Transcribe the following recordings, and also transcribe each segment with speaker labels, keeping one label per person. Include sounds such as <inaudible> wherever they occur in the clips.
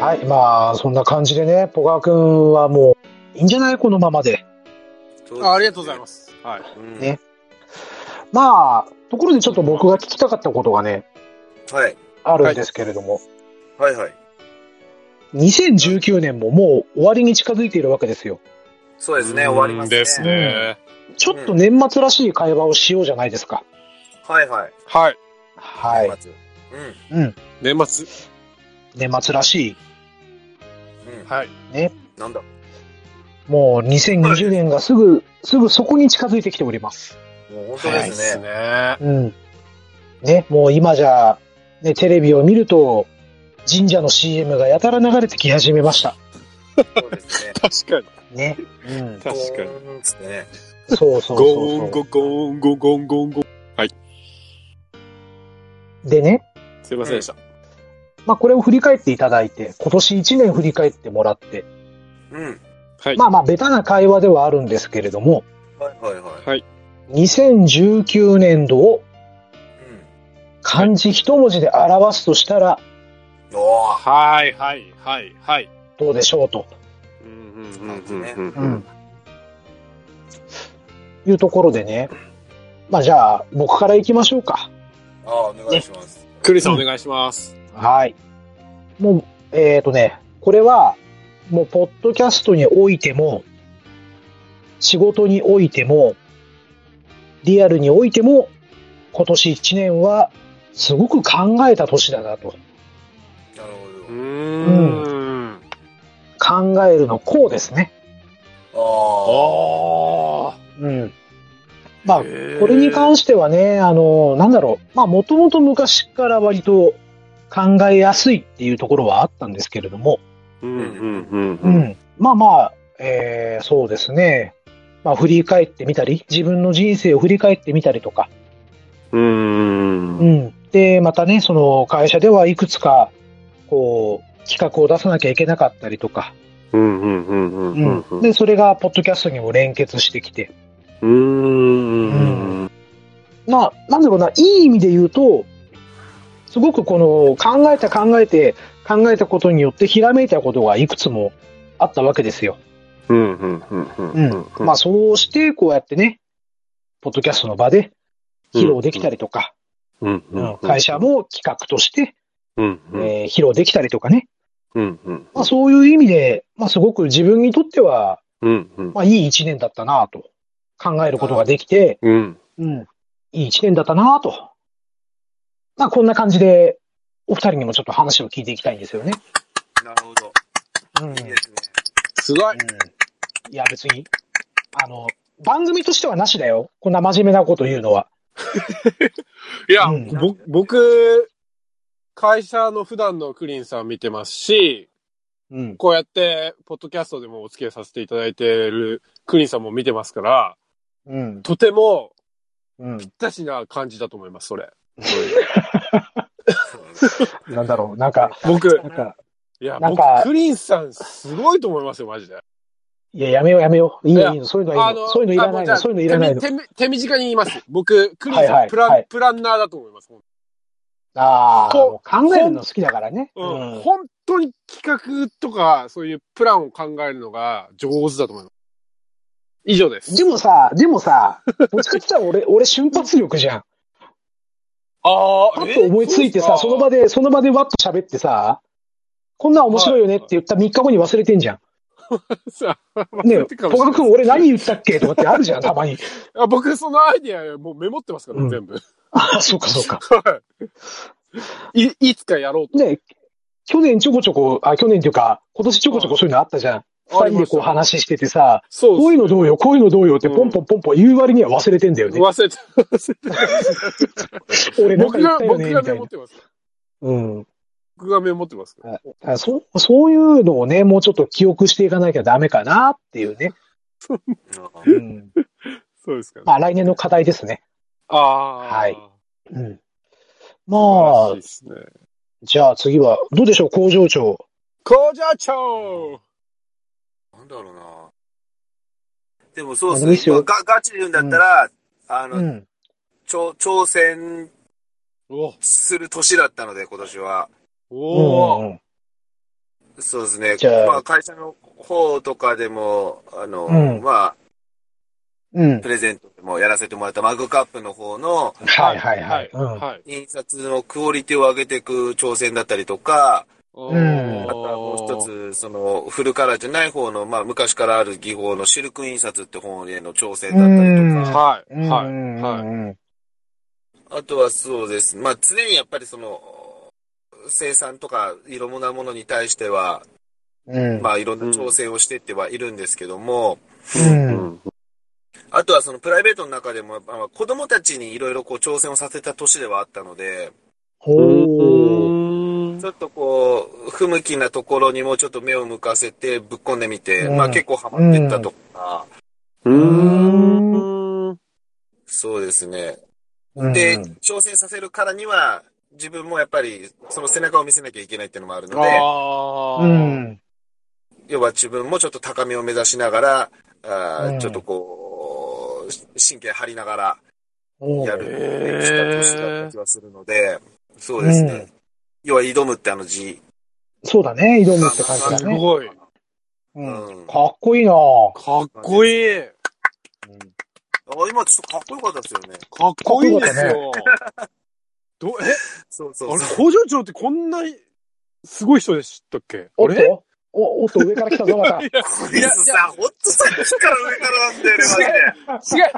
Speaker 1: はい、まあ、そんな感じでね、ポガー君はもう、いいんじゃないこのままで。
Speaker 2: あありがとうございま。すす。はい。
Speaker 3: うん
Speaker 1: ねまあ、ところでちょっと僕が聞きたかったことがね、
Speaker 3: はい。
Speaker 1: あるんですけれども、
Speaker 3: はいはい。
Speaker 1: 2019年ももう終わりに近づいているわけですよ。
Speaker 3: そうですね、終わりますね。
Speaker 2: ですね。
Speaker 1: ちょっと年末らしい会話をしようじゃないですか。
Speaker 3: はいはい。
Speaker 2: はい。
Speaker 1: はい。
Speaker 3: 年末うん。
Speaker 1: うん。
Speaker 2: 年末。
Speaker 1: 年末らしい。
Speaker 3: うん。
Speaker 2: はい。
Speaker 3: なんだ
Speaker 1: もう2020年がすぐ、すぐそこに近づいてきております。
Speaker 3: もう本当ですね。
Speaker 2: ね。
Speaker 1: うん。ね、もう今じゃ、ね、テレビを見ると、神社の CM がやたら流れてき始めました。
Speaker 3: そうですね。
Speaker 2: 確かに。
Speaker 1: ね。うん。
Speaker 2: <laughs> 確かに。
Speaker 3: に。ですね。
Speaker 1: そうそう
Speaker 2: ゴー
Speaker 1: そう
Speaker 2: ン
Speaker 1: そ
Speaker 2: ゴゴーンゴゴンゴンゴン。
Speaker 1: う。でね、
Speaker 2: すいませんでした。
Speaker 1: まあこれを振り返っていただいて、今年1年振り返ってもらって、
Speaker 3: うん。
Speaker 2: はい。
Speaker 1: まあまあベタな会話ではあるんですけれども、
Speaker 3: はいはいはい。
Speaker 1: 2019年度を
Speaker 3: うん。
Speaker 1: 漢字一文字で表すとしたら
Speaker 3: おー
Speaker 2: はいはいはいはい。
Speaker 1: どうでしょうと
Speaker 2: うんうん
Speaker 3: うん
Speaker 2: うんうん。
Speaker 1: いうところでね。まあじゃあ、僕から行きましょうか。
Speaker 3: ああ、お願いします。
Speaker 2: クリスさんお願いします。
Speaker 1: はい。もう、えっ、とね、これは、もう、ポッドキャストにおいても、仕事においても、リアルにおいても、今年1年は、すごく考えた年だなと。
Speaker 3: なる
Speaker 2: う
Speaker 1: ー
Speaker 2: ん。
Speaker 1: 考えるのこうですね。
Speaker 3: ほど。
Speaker 2: ああ。
Speaker 1: うん。まあ、
Speaker 2: こ
Speaker 1: これに関してはね、あの、なんだろう。まあ、もともと昔から割と考えやすいっていうところはあったんですけれども、
Speaker 2: うん
Speaker 3: うん
Speaker 2: うん
Speaker 1: う。ん。まあまあ、えーそうですね。まあ、振り返ってみたり、自分の人生を振り返ってみたりとか、
Speaker 2: うん
Speaker 1: う。ん。で、またね、その会社ではいくつか、こう、企画を出さなきゃいけなかったりとか、
Speaker 2: うんうんうんう
Speaker 1: うん。で、それが、ポッドキャストにも連結してきて、
Speaker 2: うんうん。
Speaker 1: まあ、なんだろうな、いい意味で言うと、すごくこの考えた考えて、考えたことによってひらめいたことがいくつもあったわけですよ。
Speaker 2: うんうんうんうん
Speaker 1: う。
Speaker 2: うん
Speaker 1: まあ、そうして、こうやってね、ポッドキャストの場で披露できたりとか、
Speaker 2: うん
Speaker 1: うん会社も企画として、
Speaker 2: うんうん
Speaker 1: えー披露できたりとかね。
Speaker 2: うんうん
Speaker 1: まあ、そういう意味で、まあ、すごく自分にとっては、
Speaker 2: うんうん
Speaker 1: まあ、いい一年だったなと考えることができて、
Speaker 2: うん
Speaker 1: うん。いい一年だったなと。まあ、こんな感じで、お二人にもちょっと話を聞いていきたいんですよね。
Speaker 3: なるほど。
Speaker 1: うん。うん
Speaker 3: いいですね。
Speaker 2: すごい
Speaker 1: いや、別に、あの、番組としてはなしだよ。こんな真面目なこと言うのは。
Speaker 2: いや、
Speaker 1: うん
Speaker 2: ぼ僕、会社の普段のクリンさん見てますし、
Speaker 1: うん。
Speaker 2: こうやって、ポッドキャストでもお付き合いさせていただいてるクリンさんも見てますから、
Speaker 1: うん。
Speaker 2: とても、
Speaker 1: うん。
Speaker 2: ぴったしな感じだと思います、
Speaker 1: <laughs>
Speaker 2: それ。
Speaker 1: なんだろう。なんか、
Speaker 2: 僕
Speaker 1: な、んか、
Speaker 2: いや、
Speaker 1: なん
Speaker 2: 僕
Speaker 1: か、
Speaker 2: クリンさん、すごいと思いますよ、マジで。
Speaker 1: いや、やめようやめよう。いい
Speaker 2: いや
Speaker 1: のいいの。そういうのはいいの。そういうのいらない
Speaker 2: あ
Speaker 1: の。そういうのいらないの。
Speaker 2: 手み手み手短に言います。僕、クリンさん、
Speaker 1: はいはい
Speaker 2: プラン、
Speaker 1: はい
Speaker 2: プランナーだと思います。
Speaker 1: ああ、
Speaker 2: こ
Speaker 1: 考えるの好きだからね。
Speaker 2: う
Speaker 1: うんん。
Speaker 2: 本当に企画とか、そういうプランを考えるのが上手だと思います。以上です。
Speaker 1: でもさ、でもさ、どっちかって言ったら俺、俺瞬発力じゃん。
Speaker 2: あ
Speaker 1: パッと思いついてさ、その場
Speaker 2: で。
Speaker 1: で、その場でわっと喋ってさ、こんなん面白いよねって言った3日後に忘れてんじゃ
Speaker 2: さ
Speaker 1: ん。ね
Speaker 2: <laughs> 忘れて
Speaker 1: え、
Speaker 2: るか
Speaker 1: 小
Speaker 2: もしれない
Speaker 1: 川くん俺何言ったっけとかってあるじゃん、たま
Speaker 2: <laughs>
Speaker 1: に。
Speaker 2: あ僕、そのアイディア、もうメモってますから、
Speaker 1: うん
Speaker 2: 全部。
Speaker 1: ああ、そうかそうか。
Speaker 2: はい。い、いつかやろうと。
Speaker 1: ねえ、去年ちょこちょこ、あ、去年っていうか、今年ちょこちょこそういうのあったじゃん。
Speaker 2: あ
Speaker 1: 二人
Speaker 2: りま
Speaker 1: で
Speaker 2: し
Speaker 1: こ
Speaker 2: た
Speaker 1: う話しててさ、
Speaker 2: そ
Speaker 1: こう
Speaker 2: う
Speaker 1: い
Speaker 2: で
Speaker 1: うのどうよ、こういうのどうよって
Speaker 2: うん
Speaker 1: ポンポンポンポン言う割には忘れてんだよ
Speaker 2: す。
Speaker 1: ね。
Speaker 2: 忘れて、忘れて。
Speaker 1: 俺なんか
Speaker 2: 僕
Speaker 1: 言っ
Speaker 2: が、
Speaker 1: たよね、みたい
Speaker 2: 僕がメモ
Speaker 1: な
Speaker 2: っ。てますから。
Speaker 1: うん。
Speaker 2: 僕がメモってますから。
Speaker 1: あそう、そういうのをね、もうちょっと記憶していかなきゃダメかなっていうね。
Speaker 3: あー
Speaker 2: <laughs>
Speaker 1: うん。
Speaker 2: そうですかね。
Speaker 1: まあ来年の課題ですね。
Speaker 2: ああ。
Speaker 1: はいうん。
Speaker 2: 素晴らし
Speaker 1: ま
Speaker 2: い
Speaker 1: あ
Speaker 2: で、すね。
Speaker 1: じゃあ次は、どうでしょう、工場長。
Speaker 2: 工場長
Speaker 3: なんだろうな。でもそう
Speaker 1: あのいい
Speaker 3: で
Speaker 1: っ
Speaker 3: す
Speaker 1: す
Speaker 3: ね。
Speaker 1: よ
Speaker 3: 今ガガチで言うんだったら、あ
Speaker 1: う
Speaker 3: の、
Speaker 1: ん。
Speaker 3: 挑挑戦
Speaker 2: お
Speaker 3: する年だったので、今年は。
Speaker 2: お
Speaker 1: う
Speaker 2: ー
Speaker 1: んうん
Speaker 3: そうですね。
Speaker 1: じゃあ
Speaker 3: まあ、会社の方とかでも、あの、
Speaker 1: うん
Speaker 3: ま
Speaker 1: うん
Speaker 3: あ、プ。レゼントでもやらせてもらったマグカップの方の
Speaker 1: はいはいはい。
Speaker 2: は
Speaker 1: うん
Speaker 2: はい。
Speaker 3: 印刷のクオリティを上げていく挑戦だったりとか、
Speaker 1: うん
Speaker 3: あとはもう一つ、その、フルカラーじゃない方の、まあ、昔からある技法のシルク印刷って本への挑戦だったりとか、
Speaker 2: はい。
Speaker 1: うん
Speaker 2: は
Speaker 1: う
Speaker 2: い。
Speaker 1: ん
Speaker 2: は
Speaker 1: うん
Speaker 3: あとはそうです。まあ、常にやっぱりその、生産とかいろんなものに対しては、
Speaker 1: うん
Speaker 3: まあ、いろんな挑戦をしてってはいるんですけども、
Speaker 1: うん
Speaker 3: あとはそのプライベートの中でも、まあ、子供たちにいろいろこう挑戦をさせた年ではあったので、
Speaker 1: ほう。
Speaker 3: ちょっとこう、不向きなところにもちょっと目を向かせてぶっ込んでみて、
Speaker 1: うん
Speaker 3: まあ結構ハマってったとか、
Speaker 1: ん
Speaker 3: そうですね。
Speaker 1: うん
Speaker 3: で、挑戦させるからには、自分もやっぱりその背中を見せなきゃいけないっていうのもあるので、
Speaker 2: ああ。
Speaker 1: うん。
Speaker 3: 要は自分もちょっと高みを目指しながら、あ
Speaker 1: う
Speaker 3: ー
Speaker 1: ん
Speaker 3: ちょっとこう、し神経張りながら、
Speaker 1: ほ
Speaker 3: や
Speaker 1: う。
Speaker 3: る
Speaker 2: へー
Speaker 3: できた年だった気はするので、そうですね。
Speaker 1: うん
Speaker 3: 要は挑むってあの字。
Speaker 1: そうだね。挑むって感じ
Speaker 2: す
Speaker 1: だね。
Speaker 2: ごい。
Speaker 1: う
Speaker 3: うんん。あ
Speaker 1: かっこいいなぁ。
Speaker 2: かっこいい。
Speaker 3: 今ちょっとかっこよかったですよね。
Speaker 2: かっこいいですよ。どえ
Speaker 3: そう
Speaker 2: あ
Speaker 3: そ
Speaker 2: れ
Speaker 3: うそう。
Speaker 2: 工場長ってこんなすごい人でしたっけ
Speaker 1: お
Speaker 2: あ
Speaker 1: っ
Speaker 2: れ
Speaker 1: とお、おっと、上から来たぞ、また。
Speaker 3: こいつさ、ほんとさっきから上からなんだよね、マジで。
Speaker 2: 違う、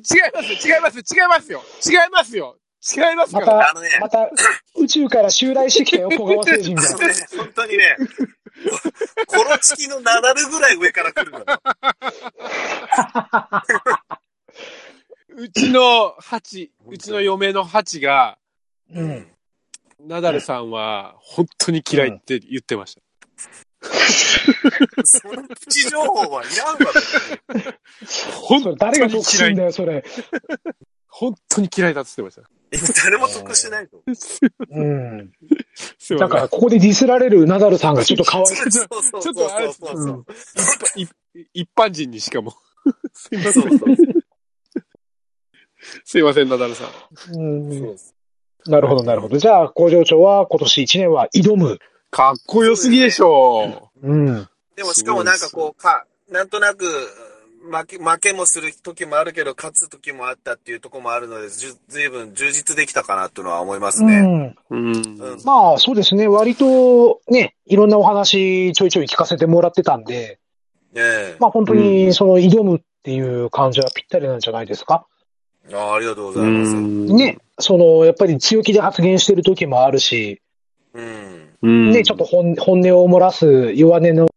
Speaker 2: ち違います、違います、違いますよ。違いますよ。違いますか
Speaker 1: また
Speaker 2: ら。
Speaker 3: あのね、
Speaker 1: また、宇宙から襲来してきたよ、小川星人が。
Speaker 3: 本当にね、コロチキのナダルぐらい上から来るのよ。
Speaker 2: うちのハチ、うちの嫁のハチが、
Speaker 1: うん。
Speaker 2: ナダルさんは本当に嫌いって言ってました。
Speaker 3: そのプチ情報はいらんわ。
Speaker 2: 本
Speaker 1: それ
Speaker 2: 当
Speaker 1: 誰が
Speaker 2: に
Speaker 1: 得す
Speaker 2: 嫌
Speaker 1: るん
Speaker 2: い。
Speaker 1: だよ、それ。
Speaker 2: 本当に嫌いだって言ってまし
Speaker 3: 誰も得してないと。
Speaker 1: うん。
Speaker 2: た。すい
Speaker 1: だ
Speaker 2: ません
Speaker 1: から、ここでディスられるナダルさんがちょっとかわい
Speaker 3: そうそうそう
Speaker 2: ち
Speaker 3: そ
Speaker 2: ょ
Speaker 3: う
Speaker 2: っとあれ
Speaker 3: そうそう。
Speaker 2: 一般一般人にしかも。 <laughs> すいませ
Speaker 3: そ
Speaker 2: ん。
Speaker 3: うそう
Speaker 2: すいません、ナダルさん。
Speaker 1: い。うん。
Speaker 3: そう。
Speaker 1: なるほど、なるほど。じゃあ、工場長は今年1年は挑む。
Speaker 2: かっこよすぎでしょ
Speaker 1: うん。
Speaker 3: でもしかもなんかこう、か、なんとなく、負け、負けもする時もあるけど、勝つ時もあったっていうところもあるので、ず、ずいぶん充実できたかなっていうのは思います
Speaker 1: う
Speaker 3: ね。
Speaker 1: ん。
Speaker 2: う。うん
Speaker 3: うん。
Speaker 1: まあ、そうですね。割と、ね、いろんなお話ちょいちょい聞かせてもらってたんで、
Speaker 3: ねえ。
Speaker 1: まあ本当に、その、挑むっていう感じはぴったりなんじゃないですか。
Speaker 3: ああ、ありがとうございます。うん。
Speaker 1: ね、その、やっぱり強気で発言してる時もあるし、
Speaker 2: うん
Speaker 1: ね、ちょっと。本本音を漏らす弱音の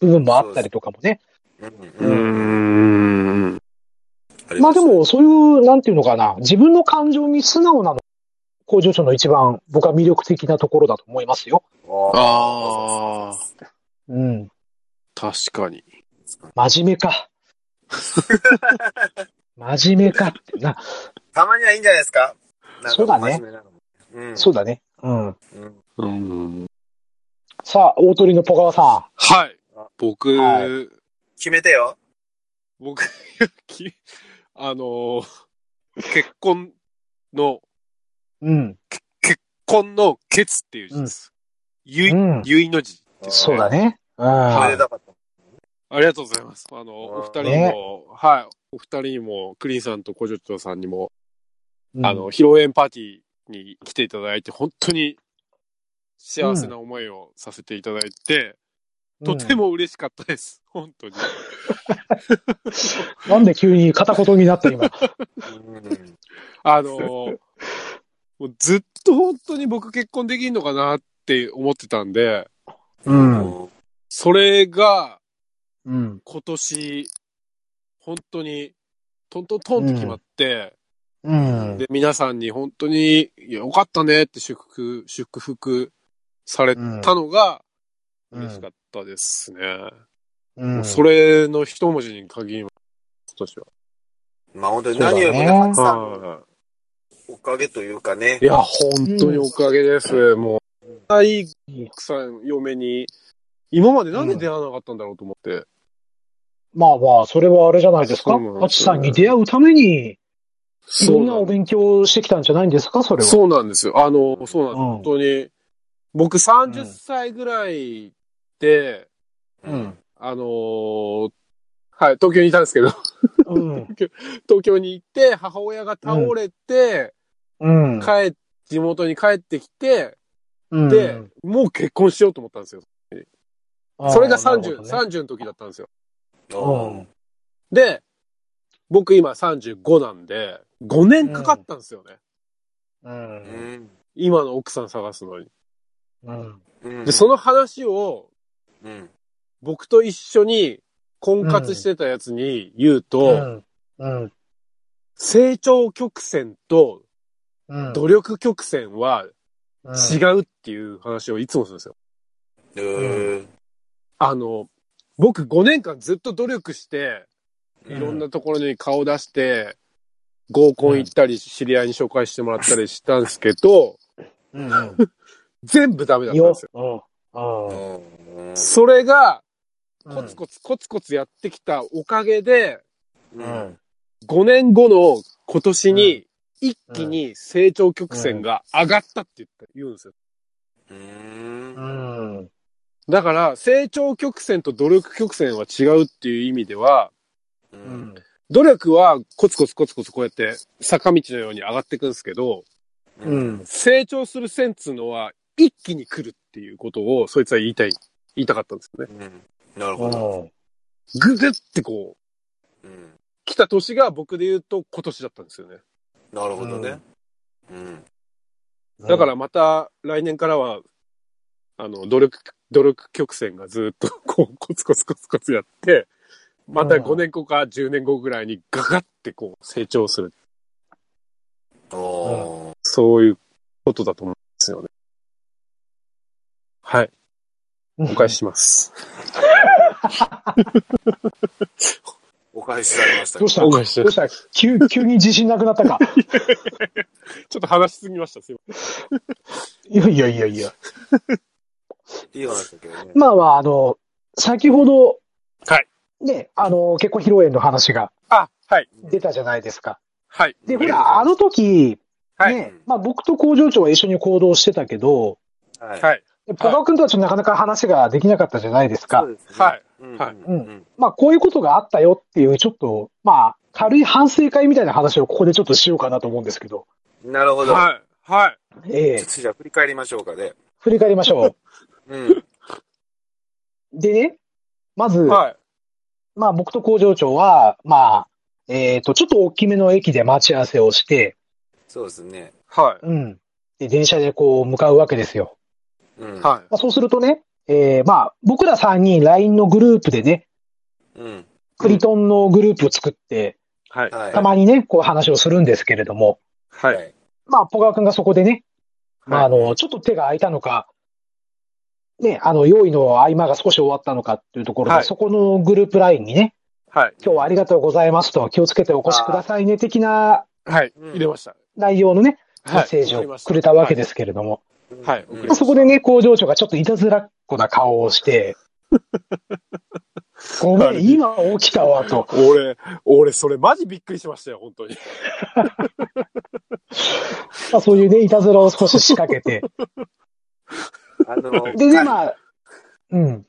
Speaker 1: 部分もあったりとかもね。
Speaker 3: うん。
Speaker 2: う
Speaker 3: うん。
Speaker 2: ん。
Speaker 3: あり
Speaker 1: まあで
Speaker 3: がとうござい
Speaker 1: も、そういう、なんていうのかな、自分の感情に素直なの、工場長の一番、僕は魅力的なところだと思いますよ。
Speaker 3: ます、ああ。
Speaker 2: ああ、
Speaker 1: うん。
Speaker 2: 確かに。
Speaker 1: 真面目
Speaker 2: <laughs>
Speaker 1: か。真面目かってな。
Speaker 3: たまにはいいんじゃないですか
Speaker 1: そうだね。
Speaker 3: なんか真面目なのもうん。
Speaker 1: そうだね。うん。
Speaker 3: うん。
Speaker 2: うん。
Speaker 1: さあ、大鳥のポカワさ
Speaker 2: はい
Speaker 3: あ。
Speaker 2: 僕、
Speaker 1: は
Speaker 3: 決めてよ。
Speaker 2: 僕、 <laughs> きあのー、結婚の、
Speaker 1: ん。うん。
Speaker 2: 結婚のケツっていう字です。ゆい、
Speaker 1: うん。
Speaker 2: ゆいの字です、
Speaker 1: そうだ。ね。うん。
Speaker 3: 決めてたかった。
Speaker 2: ありがとうございます。あの、お二人にも、
Speaker 1: ね
Speaker 2: はい。お二人にも、クリーンさんとコジョットさんにも、
Speaker 1: うん
Speaker 2: あの、、披露宴パーティーに来ていただいて、本当に幸せな思いをさせていただいて、とても嬉しかっ
Speaker 1: <laughs>
Speaker 2: たです。本当に。
Speaker 1: うん。なんで急に片言になった
Speaker 2: <laughs>
Speaker 1: 今。
Speaker 3: うん。
Speaker 2: あのーもうずっと本当に僕結婚できんのかなって思ってたんで、
Speaker 1: うん。
Speaker 2: それが
Speaker 1: うん。
Speaker 2: 今年、本当に、トントントンって決まって、
Speaker 1: うん。
Speaker 2: で、皆さんに本当に、いやよかったねって祝福、祝福されたのが嬉しかったですね。
Speaker 1: うん。
Speaker 2: それの一文字に限ります、今年は。
Speaker 3: まあ本当に何よりもね、
Speaker 1: そうだね
Speaker 3: ハチさんの
Speaker 2: は
Speaker 3: おかげというかね
Speaker 2: い。い。や、本当におかげです。もう、はい、奥さん、嫁に、今までなんで出会わなかったんだろうと思って。
Speaker 1: まあまあ、それはあれじゃないです
Speaker 2: そ
Speaker 1: か
Speaker 2: うなんです。よ
Speaker 1: ハチさんに出会うために、いろんな
Speaker 2: そう
Speaker 1: お勉強をしてきたんじゃないんですか、それは。
Speaker 2: そうなんですよ。あの、そうなんです。
Speaker 1: うん
Speaker 2: 本当に。僕
Speaker 1: う
Speaker 2: 30
Speaker 1: ん
Speaker 2: 歳ぐらいって、
Speaker 3: うん。
Speaker 2: あのーはい、東京にいたんですけど、
Speaker 1: うん。
Speaker 2: 東京に行って、母親が倒れて、
Speaker 1: うん。
Speaker 2: 帰っ、地元に帰ってきて、
Speaker 1: うん
Speaker 2: で、もう結婚しようと思ったんですよ。
Speaker 1: あー
Speaker 2: それが
Speaker 1: なる
Speaker 2: 30、
Speaker 1: ほどね
Speaker 2: 30の時だったんですよ。
Speaker 1: うん
Speaker 2: で、僕今35なんで、5年かかったんですよね。
Speaker 1: うん。
Speaker 2: 今の奥さん探すのに。
Speaker 1: うん。
Speaker 3: うん。
Speaker 2: で、その話を
Speaker 3: うん。
Speaker 2: 僕と一緒に婚活してたやつに言うと、
Speaker 1: うん。うん。
Speaker 2: 成長曲線と
Speaker 1: うん。
Speaker 2: 努力曲線は
Speaker 1: うん
Speaker 2: 違うっていう話をいつもするんですよ。
Speaker 3: うーん。
Speaker 2: あの、僕5年間ずっと努力して、
Speaker 1: うん
Speaker 2: いろんなところに顔出して、合コン行ったり、知り合いに紹介してもらったりしたんですけど、
Speaker 1: うん。
Speaker 2: 全部ダメだったん
Speaker 1: よ
Speaker 2: ですよ。。
Speaker 1: うん。あ
Speaker 3: うん
Speaker 2: それが、
Speaker 1: あ。
Speaker 2: コツコツコツコツやってきたおかげで、
Speaker 1: うん。
Speaker 2: 5年後の今年に、一気に成長曲線が上がったって言った言うんですよ。
Speaker 3: うん。
Speaker 1: うん。
Speaker 2: だから、成長曲線と努力曲線は違うっていう意味では、
Speaker 3: う。
Speaker 1: うんん。
Speaker 2: 努力はコツコツコツコツこうやって坂道のように上がっていくんですけど、
Speaker 1: うん。
Speaker 2: 成長する線っつうのは一気に来るっていうことを、そいつは言いたい、言いたかったんですよね。
Speaker 3: うんなる
Speaker 1: う
Speaker 3: ほど。
Speaker 1: ん。
Speaker 2: ぐぐってこう、
Speaker 3: うん。
Speaker 2: 来た年が僕で言うと今年だったんですよね。
Speaker 3: なるほどね。うん。
Speaker 2: だからまた来年からは、あの、努力、努力曲線がずっとこう、コツコツコツコツやって、また
Speaker 1: うん
Speaker 2: 5年後か10年後ぐらいにガガってこう成長する。
Speaker 3: おー
Speaker 2: そういうことだと思うんですよね。はい。
Speaker 1: うん、
Speaker 2: お返しします。
Speaker 3: お返しされました
Speaker 1: ど
Speaker 3: け
Speaker 1: う
Speaker 3: ど
Speaker 1: し。た
Speaker 2: お返しし
Speaker 1: どう
Speaker 2: ま
Speaker 1: し
Speaker 2: す
Speaker 1: た急、急に自信なくなったか。
Speaker 2: ちょっと話しすぎました。すいま
Speaker 1: いやいやいやいや。
Speaker 3: いい話だけどね。
Speaker 1: まあまあ、あの、先ほど、
Speaker 2: はい。
Speaker 1: ね、あの、結婚披露宴の話が
Speaker 2: せん。あ、はい。
Speaker 1: 出たじゃないですか。
Speaker 2: はい。
Speaker 1: で、
Speaker 2: あ
Speaker 1: ほ
Speaker 2: りがとうござい
Speaker 1: ら、あ
Speaker 2: ます
Speaker 1: の時、
Speaker 2: はい
Speaker 1: ね、まあ僕と工場長は一緒に行動してたけど、
Speaker 3: はい
Speaker 2: はい。
Speaker 1: パパ君とはちょっとなかなか話ができなかったじゃないですか。
Speaker 3: そうですね
Speaker 2: はい。
Speaker 3: うん
Speaker 2: はい
Speaker 3: うん。
Speaker 1: まあこういうことがあったよっていう、ちょっと、まあ、軽い反省会みたいな話をここでちょっとしようかなと思うんですけど、
Speaker 3: なるほど。ちょ
Speaker 2: はい。はい。
Speaker 1: ええ
Speaker 3: っとじゃあ振り返りましょうかね。
Speaker 1: 振り返りまし
Speaker 2: <laughs>
Speaker 1: ょ
Speaker 3: うん。
Speaker 1: う。でね、まず、
Speaker 2: はい。
Speaker 1: まあ僕と工場長は、まあ、えっ、と、ちょっと大きめの駅で待ち合わせをして、
Speaker 3: そうですね。
Speaker 2: は
Speaker 1: うん。で、電車でこう向かうわけですよ。
Speaker 3: うん
Speaker 2: い。。は
Speaker 1: まあ、そうするとね、えー、まあ、僕ら3人 LINE のグループでね、
Speaker 3: うん。
Speaker 1: クリトンのグループを作って、
Speaker 2: い。はい。
Speaker 3: はい。
Speaker 1: たまにね、こう話をするんですけれども、
Speaker 2: は。
Speaker 3: はいい。
Speaker 1: まあ、ポカワ君がそこでね、まあ、あ
Speaker 2: はい
Speaker 1: の、ちょっと手が空いたのか、ね、あの、用意の合間が少し終わったのかっていうところで、
Speaker 2: はい
Speaker 1: そこのグループ LINE にね、
Speaker 2: はい。
Speaker 1: 今日はありがとうございますと、気をつけてお越しくださいね、的な
Speaker 2: はい。
Speaker 3: うん
Speaker 2: 入れました。
Speaker 1: 内容のね、メ
Speaker 2: はい
Speaker 1: ッセージ
Speaker 2: わかり
Speaker 1: を
Speaker 2: ました
Speaker 1: くれたわけですけれども、
Speaker 2: はい
Speaker 3: うん
Speaker 2: 送り
Speaker 1: まあそこでね、工場長がちょっといたずらっ子な顔を
Speaker 2: <laughs>
Speaker 1: して、ごめん、今起きたわと。
Speaker 2: 俺、俺、それマジびっくりしましたよ、本当に。 <laughs>
Speaker 1: まあ、そういうね、いたずらを少し仕掛け
Speaker 2: <laughs>
Speaker 1: て。
Speaker 3: あの、
Speaker 1: でね、まあ、うん、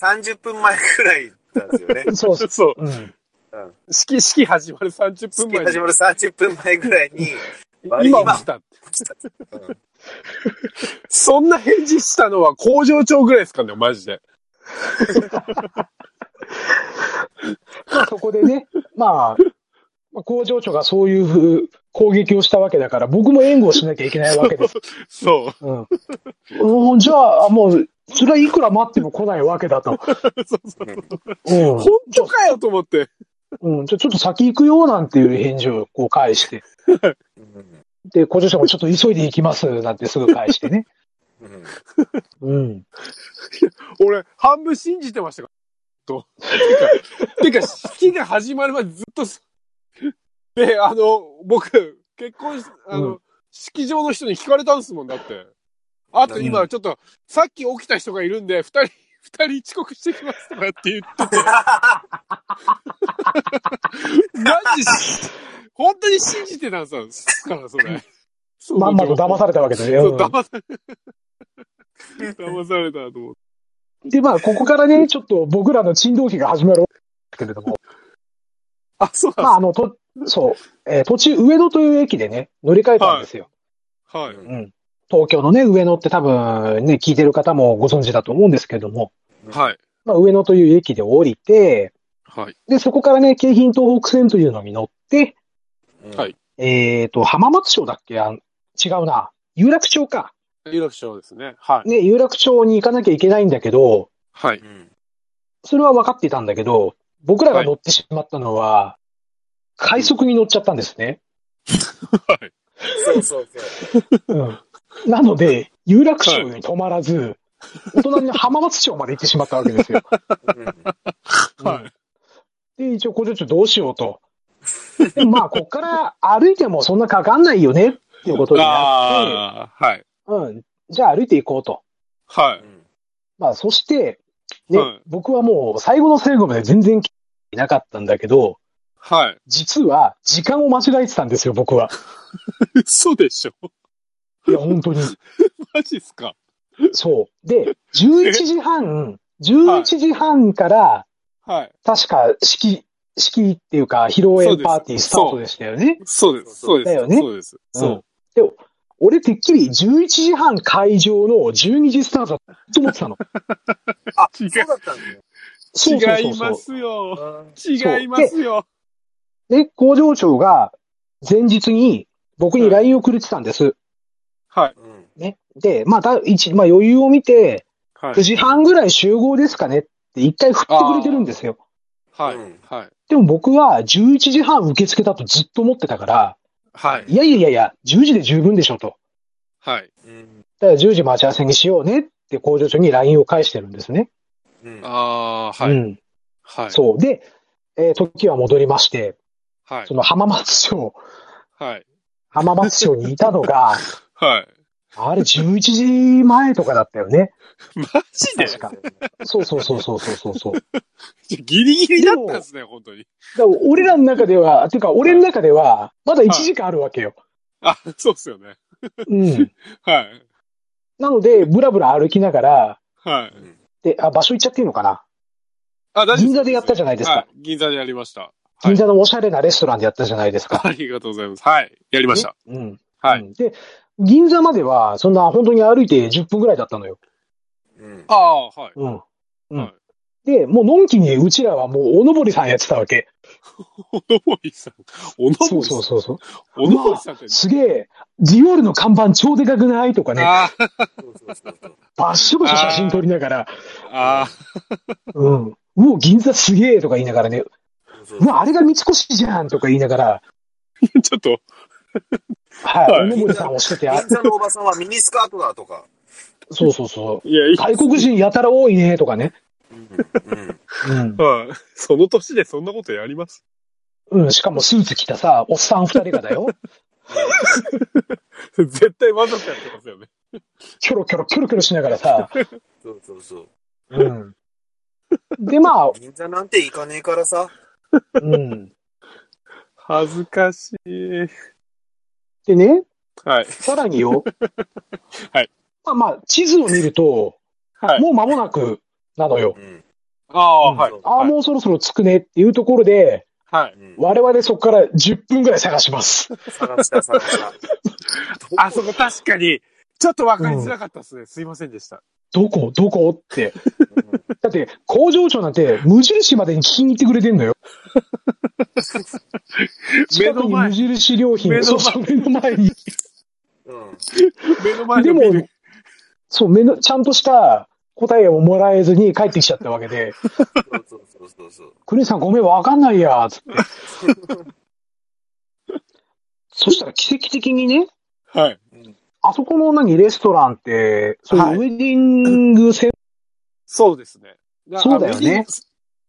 Speaker 3: 30分前くらいなんですよ
Speaker 2: <laughs>
Speaker 3: ね。
Speaker 1: そうそう。
Speaker 2: そう。
Speaker 1: うん、
Speaker 2: 式、式始まる30分前に。
Speaker 3: 始まる30分前くらいに、
Speaker 2: 今起きた。 <laughs>
Speaker 3: うん
Speaker 2: そんな返事したのは工場長ぐらいですかね、マジで。
Speaker 1: まあ、そこでね、まあ、まあ工場長がそういうふう攻撃をしたわけだから、僕も援護をしなきゃいけないわけです。
Speaker 2: そう。
Speaker 1: うん。うんじゃあ、もう、それはいくら待っても来ないわけだと。
Speaker 2: <laughs> そうそう
Speaker 1: うん
Speaker 2: 本当かよと思って。
Speaker 1: うん。じゃあちょっと先行くよなんていう返事をこう返して。
Speaker 3: うん
Speaker 1: で、工場長もちょっと急いで行きますなんてすぐ返してね。
Speaker 3: うん
Speaker 1: うん。
Speaker 2: 俺、半分信じてましたから。と。てか、てか式が始まるまでずっと、 <laughs> で、あの、僕、結婚し、あの、
Speaker 1: う
Speaker 2: 式場の人に聞かれたんですもん、だって。あと今、ちょっと、さっき起きた人がいるんで、二人、二人遅刻してきますとかって言ってて。マジし、本当に信じてたんですから、それ。その
Speaker 1: まんまと騙されたわけだね。
Speaker 2: そううん騙され、騙されたと思って。
Speaker 1: で、まあ、ここからね、ちょっと僕らの珍道期が始まるけれども、
Speaker 2: あ、そう
Speaker 1: まあ、
Speaker 2: なん
Speaker 1: あの、と、そう、えー途中、上野という駅でね、乗り換えたんですよ。
Speaker 2: です。はい。
Speaker 1: うん。東京のね、上野って多分ね、聞いてる方もご存知だと思うんですけれども、
Speaker 2: はい。
Speaker 1: まあ、上野という駅で降りて、
Speaker 2: はい。
Speaker 1: で、そこからね、京浜東北線というのに乗って、
Speaker 3: うん。
Speaker 2: はい
Speaker 1: えっ、と、浜松町だっけあん違うな。有楽町か。
Speaker 2: 有楽町ですね。はい。
Speaker 1: ね、有楽町に行かなきゃいけないんだけど、
Speaker 2: はいう
Speaker 3: ん
Speaker 1: それは分かっていたんだけど、僕らが乗ってしまったのは、快速に乗っちゃったんですね。
Speaker 2: はい。
Speaker 3: そうそう
Speaker 1: うん。なので、有楽町に止まらず、お隣の浜松町まで行ってしまったわけ
Speaker 2: <laughs>
Speaker 1: ですよ。
Speaker 3: そう。うん
Speaker 2: はい。
Speaker 1: で、一応、これちょっとどうしようと。でまあ、こっから歩いてもそんなかかんないよねっていうことになって、
Speaker 2: ああ、はい。
Speaker 1: うん。じゃあ歩いていこうと。
Speaker 2: は
Speaker 3: う
Speaker 2: い。
Speaker 3: ん
Speaker 1: まあ、そして、ね、
Speaker 2: はい
Speaker 1: 僕はもう最後の最後まで全然聞いてなかったんだけど、
Speaker 2: はい。
Speaker 1: 実は時間を間違えてたんですよ、僕は。
Speaker 2: <laughs> 嘘でしょ
Speaker 1: いや、本当に。
Speaker 2: <laughs> マジっすか
Speaker 1: そう。で、11時半、11時半から、
Speaker 2: はい。
Speaker 1: 確か式、式っていうか、披露宴パーティースタートでしたよね。
Speaker 2: そうです。そうです。
Speaker 1: だよね
Speaker 2: そうです。そう。
Speaker 1: うん。で、俺てっきり11時半会場の12時スタートだと思ってたの。
Speaker 3: あ、
Speaker 2: 違う
Speaker 3: そうだったんだよ。
Speaker 1: そうそう
Speaker 2: 違
Speaker 1: そ
Speaker 2: いう
Speaker 1: そ
Speaker 2: ま
Speaker 1: う。
Speaker 2: すよ。
Speaker 3: うん
Speaker 1: そう
Speaker 2: 違いますよ。
Speaker 1: で、工場長が前日に僕に LINE をくれてたんです。
Speaker 2: はい。
Speaker 3: うん
Speaker 1: ね。で、まあ、だ一まあ余裕を見て、
Speaker 2: はい。
Speaker 1: 9時半ぐらい集合ですかねって一回振ってくれてるんですよ。
Speaker 2: はい
Speaker 3: うん。
Speaker 2: はい。
Speaker 1: でも僕は11時半受付だとずっと思ってたから、
Speaker 2: はい。
Speaker 1: いやいやいやいや、10時で十分でしょと。
Speaker 2: はい。
Speaker 3: うん。
Speaker 1: だから10時待ち合わせにしようねって工場長に LINE を返してるんですね。
Speaker 3: うん
Speaker 2: ああー、は
Speaker 1: う
Speaker 2: い。
Speaker 1: ん。
Speaker 2: はい。
Speaker 1: そう。で、えー時は戻りまして、
Speaker 2: はい
Speaker 1: そ。の浜松町、
Speaker 2: はい。
Speaker 1: 浜松町にいたのが、 <laughs>
Speaker 2: はい。
Speaker 1: あれ11時前とかだったよね。
Speaker 2: マジで
Speaker 1: 確か。そうそうそうそうそうそうそう。だか
Speaker 2: ギリギリだったんですね、本当に。
Speaker 1: ら俺らの中では、ていうか俺の中では、まだ1時間あるわけよ。
Speaker 2: あ、そうっすよね。
Speaker 1: うん。
Speaker 2: はい。
Speaker 1: なので、ブラブラ歩きながら、
Speaker 2: はい。
Speaker 1: で、あ、場所行っちゃっていいのかな
Speaker 2: あ、大丈夫す
Speaker 1: 銀座でやったじゃないですか
Speaker 2: はい。銀座でやりました。はい
Speaker 1: 銀座のおしゃれなレストランでやったじゃないですか。
Speaker 2: ありがとうございます。はい。やりました。
Speaker 1: うん。
Speaker 2: は
Speaker 1: う
Speaker 2: い。
Speaker 1: んで、銀座までは、そんな本当に歩いて10分ぐらいだったのよ。
Speaker 3: うん
Speaker 2: ああ、はい。
Speaker 1: うん。うん。
Speaker 2: はい
Speaker 1: で、もうのんきにうちらはもうおのぼりさんやってたわけ。
Speaker 2: おのぼりさん。おの
Speaker 1: そ
Speaker 2: ぼ
Speaker 1: う
Speaker 2: りさ
Speaker 1: そ
Speaker 2: ん
Speaker 1: う。そうそう。
Speaker 2: おのぼりさんって。
Speaker 1: すげえ、ディオールの看板超でかくないとかね、
Speaker 2: あー
Speaker 3: そうそうそうそう
Speaker 1: バッシュバシュ写真撮りながら、
Speaker 2: あ
Speaker 1: うん。うお、銀座すげえとか言いながらね、
Speaker 3: そうそ
Speaker 1: う
Speaker 3: う
Speaker 1: わ、あれが三越じゃんとか言いながら、
Speaker 2: ー、ちょっと、
Speaker 1: はい、
Speaker 2: はい
Speaker 1: おのぼりさんをしてて、あ
Speaker 3: 銀座のおばさんはミニスカートだとか。
Speaker 1: そうそうそう。
Speaker 2: いや、いい
Speaker 1: 外国人やたら多いねとかね。
Speaker 3: うんうん
Speaker 1: うん。
Speaker 2: はい。その年でそんなことやります
Speaker 1: うん、しかもスーツ着たさ、おっさん二人がだ
Speaker 2: <laughs>
Speaker 1: よ。
Speaker 2: 絶対わざとやってますよね。
Speaker 1: キョロキョロキョロキョロしながらさ。
Speaker 3: そうそうそう。
Speaker 1: うん。で、まあ、
Speaker 3: 銀座なんて行かねえからさ。
Speaker 1: うん。
Speaker 2: 恥ずかしい。
Speaker 1: でね、
Speaker 2: はい。
Speaker 1: さらによ。
Speaker 2: はい。
Speaker 1: まあまあ、地図を見ると、
Speaker 2: はい。
Speaker 1: もう間もなくなのよ
Speaker 3: う。ん
Speaker 2: ああ、はい。
Speaker 1: ああ、もうそろそろ着くねっていうところで、
Speaker 2: はい。
Speaker 3: うん
Speaker 1: 我々そこから10分ぐらい探します。
Speaker 3: 探した探した。
Speaker 2: あそこ確かに、ちょっとわかりづらかったですね。すいませんでした。
Speaker 1: どこどこ
Speaker 2: <laughs>
Speaker 1: って。
Speaker 3: うん
Speaker 1: だって、工場長なんて無印までに聞きに行ってくれてん
Speaker 2: <laughs>
Speaker 1: のよ。
Speaker 2: 目
Speaker 1: 近く
Speaker 2: の
Speaker 1: に
Speaker 2: 前
Speaker 1: 無、印良品
Speaker 2: 目の前
Speaker 1: そうそう目の前に。
Speaker 3: うん
Speaker 2: 目の前
Speaker 1: で
Speaker 2: のビ
Speaker 1: も
Speaker 2: ル。、
Speaker 1: そう、目の、ちゃんとした答えをもらえずに帰ってきちゃったわけ
Speaker 2: <laughs>
Speaker 1: で、
Speaker 3: そうそうそうそうそう。
Speaker 1: クリさんごめん、わかんないや、つって。
Speaker 2: <laughs>
Speaker 1: そしたら奇跡的にね、
Speaker 2: はい。
Speaker 1: あそこの何、レストランって、そういうウェディング専,、
Speaker 2: そうですね。
Speaker 1: そうだよね
Speaker 2: あ。ウェディング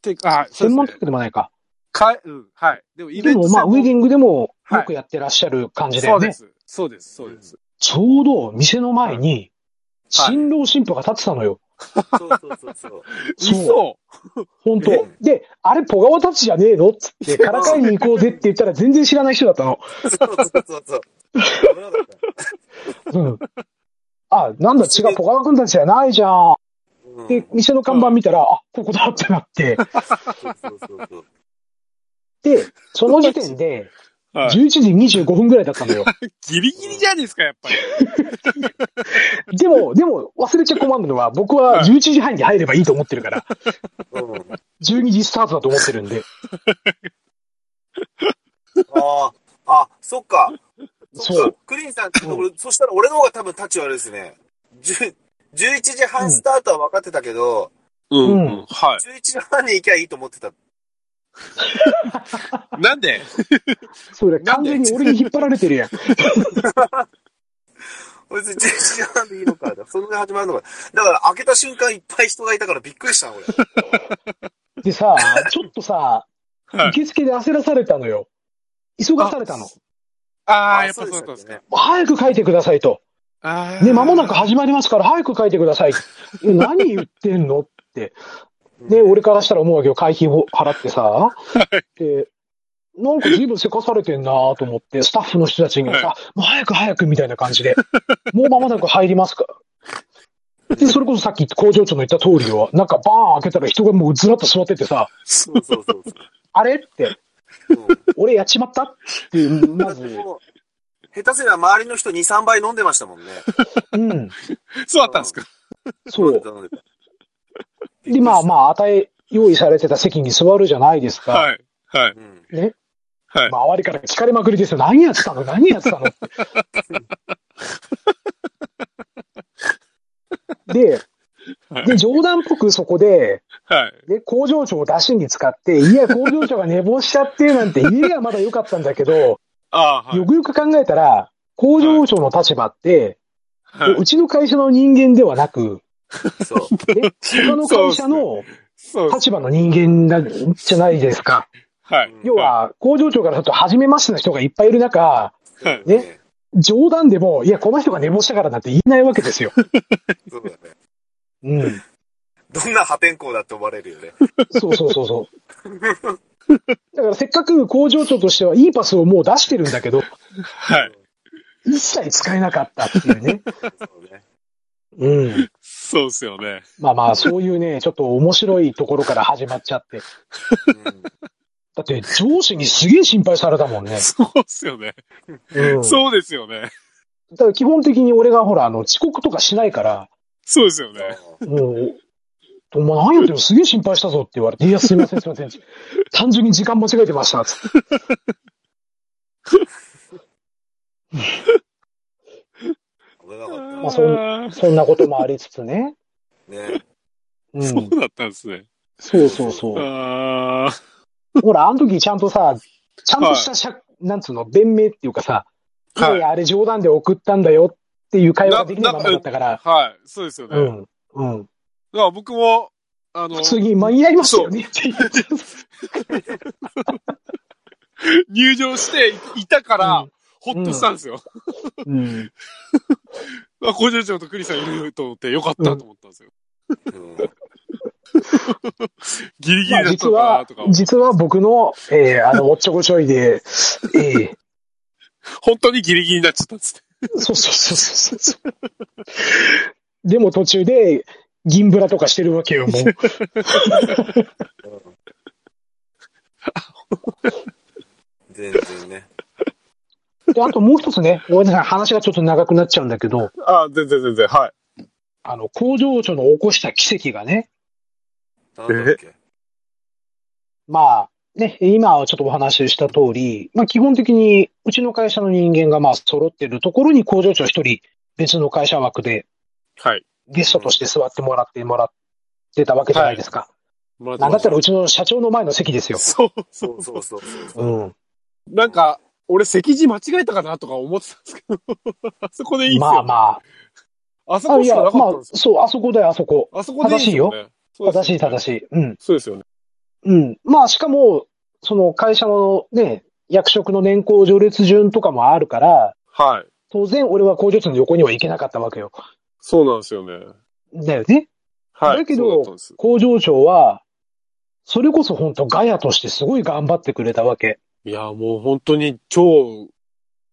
Speaker 2: てか、はい。そ
Speaker 1: 専
Speaker 2: うです
Speaker 1: 門
Speaker 2: ね
Speaker 1: とかでもないか。
Speaker 2: か、うん、はい。でも、イ
Speaker 1: でもまあ、ウェディングでも
Speaker 2: はい
Speaker 1: よくやってらっしゃる感じだ
Speaker 2: そ
Speaker 1: よ
Speaker 2: う
Speaker 1: ね。
Speaker 2: です。そうです。そうです。
Speaker 1: ちょうど店の前に、
Speaker 2: はい
Speaker 1: 新郎新婦が立ってたのよ。
Speaker 3: そうそうそうそう。
Speaker 1: そう。
Speaker 2: 嘘
Speaker 1: 本
Speaker 3: え
Speaker 1: 当で、あれ、ポガワたちじゃねえのつって、からかいに行こうぜって言ったら全然知らない人だったの。
Speaker 3: そうそうそうそう。危なかった
Speaker 1: うん。あ、なんだ、違う、ポガワ君たちじゃないじゃん。
Speaker 3: うんうん
Speaker 1: で、店の看板見たら、あ、ここだってなって、
Speaker 3: そうそうそうそう。
Speaker 1: で、その時点で、
Speaker 2: は
Speaker 1: 11
Speaker 2: い、
Speaker 1: 時25分ぐらいだったのよ。
Speaker 2: ギリギリじゃないですか、やっぱり。
Speaker 1: でも、でも、忘れちゃ困るのは、僕は
Speaker 2: はい
Speaker 1: 11時半に入ればいいと思ってるから、
Speaker 3: うん、
Speaker 1: 12時スタートだと思ってるんで、
Speaker 3: ああ、あ、そっか。そ
Speaker 1: そ
Speaker 3: っ
Speaker 1: う
Speaker 3: か。クリーンさんってところ、そしたら俺の方が多分立ち悪いですね。10 11時半スタートは分かってたけど、
Speaker 2: うんん。は
Speaker 3: 11時半に行きゃいいと思ってた。
Speaker 2: い。なんで
Speaker 1: それ
Speaker 2: なん
Speaker 1: 完
Speaker 2: で
Speaker 1: 全に俺に引っ張られてるやん。
Speaker 3: 別に11時半でいいのか。そんな始まるのか。だから開けた瞬間いっぱい人がいたからびっくりしたな、俺。
Speaker 1: でさ、ちょっとさ、
Speaker 2: はい
Speaker 1: 受付で焦らされたのよ。急がされたの。
Speaker 2: ああ、
Speaker 3: あ
Speaker 2: やっぱそうだったんです
Speaker 3: そうでしたっ
Speaker 2: か。
Speaker 1: 早く書いてくださいと。
Speaker 2: ああ。
Speaker 1: ね、間もなく始まりますから早く書いてください。え何言ってんのね、
Speaker 3: うん
Speaker 1: 俺からしたら思うわけよ。会費を払ってさ。で、なんか随分せかされてんなと思って、スタッフの人たちにもさ、もう早く早くみたいな感じで、もう間もなく入りますから。で、それこそさっき言った工場長の言った通りよ。なんかバーン開けたら人がもうずらっと座っててさ、
Speaker 3: そうそうそう
Speaker 1: あれって、
Speaker 3: そう。うん
Speaker 1: 俺やっちまったっていう、まず、
Speaker 3: もう下手すりゃ周りの人2、3倍飲んでましたもんね。
Speaker 1: うん、
Speaker 2: そうだったんですか。
Speaker 1: そう。
Speaker 3: 飲んでた。
Speaker 1: で、まあまあ、与え、用意されてた席に座るじゃないですか。
Speaker 2: はい。はい。
Speaker 3: うん。
Speaker 1: ね。
Speaker 2: はい
Speaker 1: 周りから聞かれまくりですよ。何やってたの何やってた
Speaker 2: <laughs>
Speaker 1: ので、
Speaker 2: はい
Speaker 1: で、冗談っぽくそこで、
Speaker 2: はい。
Speaker 1: で、工場長を出しに使って、いや、工場長が寝坊しちゃって、なんて言えばまだ良かったんだけど、
Speaker 2: ああー、
Speaker 1: よくよく考えたら、工場長の立場って、
Speaker 2: はい。は
Speaker 1: う
Speaker 2: い、
Speaker 1: ちの会社の人間ではなく、
Speaker 3: そう。
Speaker 1: <laughs> 他の会社の
Speaker 2: そうです。
Speaker 1: 立場の人間なんじゃないですか。
Speaker 2: はい。
Speaker 1: 要は、工場長からすると、初めましての人がいっぱいいる中、
Speaker 2: はい
Speaker 1: ね。冗談でも、いや、この人が寝坊したからなんて言えないわけ <laughs> ですよ。
Speaker 3: そうだね。
Speaker 1: うん。
Speaker 3: どんな破天荒だって思われるよね。
Speaker 1: そうそうそうそう。だから、せっかく工場長としては、いいパスをもう出してるんだけど、
Speaker 2: はい。
Speaker 1: 一切使えなかったっていうね。
Speaker 3: そうね。
Speaker 1: うん。
Speaker 2: そうですよね。
Speaker 1: まあまあ、そういうね、ちょっと面白いところから始まっちゃって。だって、上司にすげえ心配されたもんね。
Speaker 2: そうっすよね。
Speaker 1: うん。
Speaker 2: そうですよね。
Speaker 1: だから基本的に俺がほら、あの、遅刻とかしないから、
Speaker 2: そうですよ
Speaker 3: うん
Speaker 2: ね。
Speaker 1: うん。お前何やってんのすげえ心配したぞって言われて、いや、すいません、すいません。単純に時間間違えてました。つって
Speaker 3: 危なか
Speaker 1: あそう
Speaker 2: あー
Speaker 1: そんなこともありつつね。
Speaker 3: った。ね。
Speaker 1: うん。
Speaker 2: そうだったんですね。
Speaker 1: そうそうそう。
Speaker 2: ああ。
Speaker 1: ほら、あの時ちゃんとさ、ちゃんとしたしゃ、なんつうの、弁明っていうかさ、いやい
Speaker 2: は
Speaker 1: や、あれ冗談で送ったんだよっていう会話ができない
Speaker 2: な
Speaker 1: ままだったか
Speaker 2: い。
Speaker 1: ら、
Speaker 2: はい。そうですよね。
Speaker 1: う
Speaker 2: だか
Speaker 1: ん。うん。
Speaker 2: ら僕も、あの
Speaker 1: 普、通に間に合いましたよねっていう。
Speaker 2: 入場していいたから、ほっとしたんですよ。
Speaker 1: うん。
Speaker 2: あ、工場長とクリさんいると思って、よかったと思ったんですよ。
Speaker 3: うん
Speaker 2: ギリギ
Speaker 1: ま
Speaker 2: リ
Speaker 1: あ、
Speaker 2: だった
Speaker 1: 実
Speaker 2: のかな
Speaker 1: は
Speaker 2: とか、、
Speaker 1: 実は僕の、えー、あの、おっちょこちょいで、 <laughs> えー、
Speaker 2: 本当にギリギリになっちゃったっつって。
Speaker 1: そうそうそうそうそう。でも途中で、銀ブラとかしてるわけよ、
Speaker 2: <laughs>
Speaker 1: もう。
Speaker 3: 全然ね。
Speaker 1: で、あともう一つね、ごめんなさい、話がちょっと長くなっちゃうんだけど、
Speaker 2: あ全然全然、はい。
Speaker 1: あの、工場長の起こした奇跡がね、
Speaker 3: なんだっけ。
Speaker 1: まあ、ね、今ちょっとお話しした通り、まあ基本的に、うちの会社の人間がまあ揃ってるところに工場長一人、別の会社枠で
Speaker 2: はい。
Speaker 1: ゲストとして座ってもらってもらってたわけじゃないですか。
Speaker 2: も
Speaker 1: なんだ
Speaker 2: ら
Speaker 1: っ
Speaker 2: って
Speaker 1: たらうちの社長の前の席ですよ。
Speaker 2: そう
Speaker 3: そ
Speaker 2: そ
Speaker 3: ううそうそうそう。
Speaker 1: うん。
Speaker 2: う。なんか、俺、席次間違えたかなとか思ってたんですけど、 <laughs> あそこでいいっすよ。
Speaker 1: まあま
Speaker 2: あそ
Speaker 1: あ。あ、
Speaker 2: こ
Speaker 1: い
Speaker 2: し
Speaker 1: や、
Speaker 2: か
Speaker 1: ま
Speaker 2: な
Speaker 1: あ
Speaker 2: かったんですよ。
Speaker 1: そう、あそこだよ、あそこ。
Speaker 2: あそこでいいっすよ、ね。
Speaker 1: 正しい正
Speaker 2: しい。
Speaker 1: しい。うん。
Speaker 2: そうですよね。
Speaker 1: うん。まあ、しかも、その会社のね、役職の年功序列順とかもあるから、
Speaker 2: はい。
Speaker 1: 当然俺は工場長の横には行けなかったわけよ。
Speaker 2: そうなんですよね。
Speaker 1: だよね。
Speaker 2: はい。
Speaker 1: だけど
Speaker 2: そうったんです
Speaker 1: 工場長は、それこそ本当ガヤとしてすごい頑張ってくれたわけ。 <laughs>
Speaker 2: いや、もう本当に超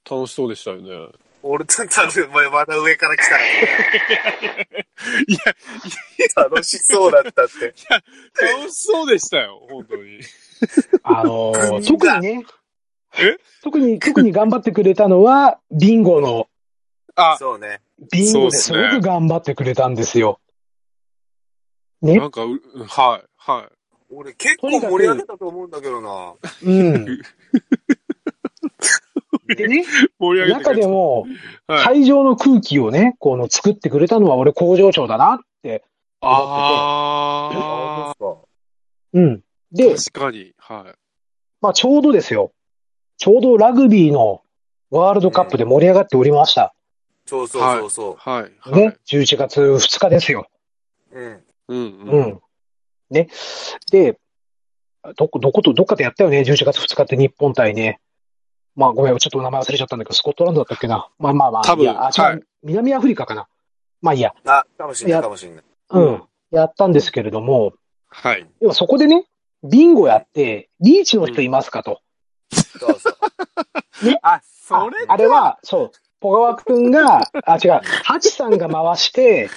Speaker 2: 楽しそうでしたよね。
Speaker 3: 俺ちゃんと、ままた上から来たら。
Speaker 2: いや、
Speaker 3: 楽しそうだったって。
Speaker 2: 楽しそうでしたよ、本当に。
Speaker 1: あの <laughs> ー、
Speaker 3: 国
Speaker 1: 特
Speaker 3: が
Speaker 1: にね
Speaker 2: え、
Speaker 1: 特に、特に頑張ってくれたのは、ビンゴの、
Speaker 2: あ、
Speaker 3: そうね。
Speaker 1: ビン
Speaker 2: そう
Speaker 1: ゴ
Speaker 2: っ
Speaker 1: です
Speaker 2: す
Speaker 1: ご
Speaker 2: ね
Speaker 1: く頑張ってくれたんですよ。ね
Speaker 2: なんかう、はい、は
Speaker 3: 俺結構盛り上げたと思うんだけどな。
Speaker 1: うん。 <laughs> で
Speaker 2: <laughs>
Speaker 1: ね、
Speaker 2: い。盛り上げてく
Speaker 1: 中
Speaker 2: れ
Speaker 1: で
Speaker 2: た
Speaker 1: も、
Speaker 2: はい。
Speaker 1: 会場の空気をね、この作ってくれたのは俺工場長だなって。
Speaker 2: あ
Speaker 1: うん。で
Speaker 2: ー、、確かに、は
Speaker 1: まあちょうどですよ。ちょうどラグビーのワールドカップで盛り上がっておりました。
Speaker 3: そうそうそう
Speaker 2: い。
Speaker 3: そ
Speaker 2: はい、はい。
Speaker 1: ね。11月2日ですよ。
Speaker 3: う。うん。
Speaker 2: うん、うん。
Speaker 1: うん。ね。で、どこ、どこと、どっかでやったよね。11月2日って日本対ね。まあごめん、ちょっと名前忘れちゃったんだけど、スコットランドだったっけな。まあまあまあ。
Speaker 2: 多分
Speaker 1: いやあ、違う、
Speaker 2: はい
Speaker 1: 南アフリカかな。まあいいや。
Speaker 3: あ、かもしんない
Speaker 1: や
Speaker 3: かもしんない。
Speaker 1: うん。やったんですけれども、
Speaker 2: はい。
Speaker 1: 要はそこでね、ビンゴやって、リーチの人いますかと。
Speaker 3: そうそう。
Speaker 2: あ、
Speaker 1: ああれは、そう、小川くんが、あ、違う、ハチさんが回して、
Speaker 3: うん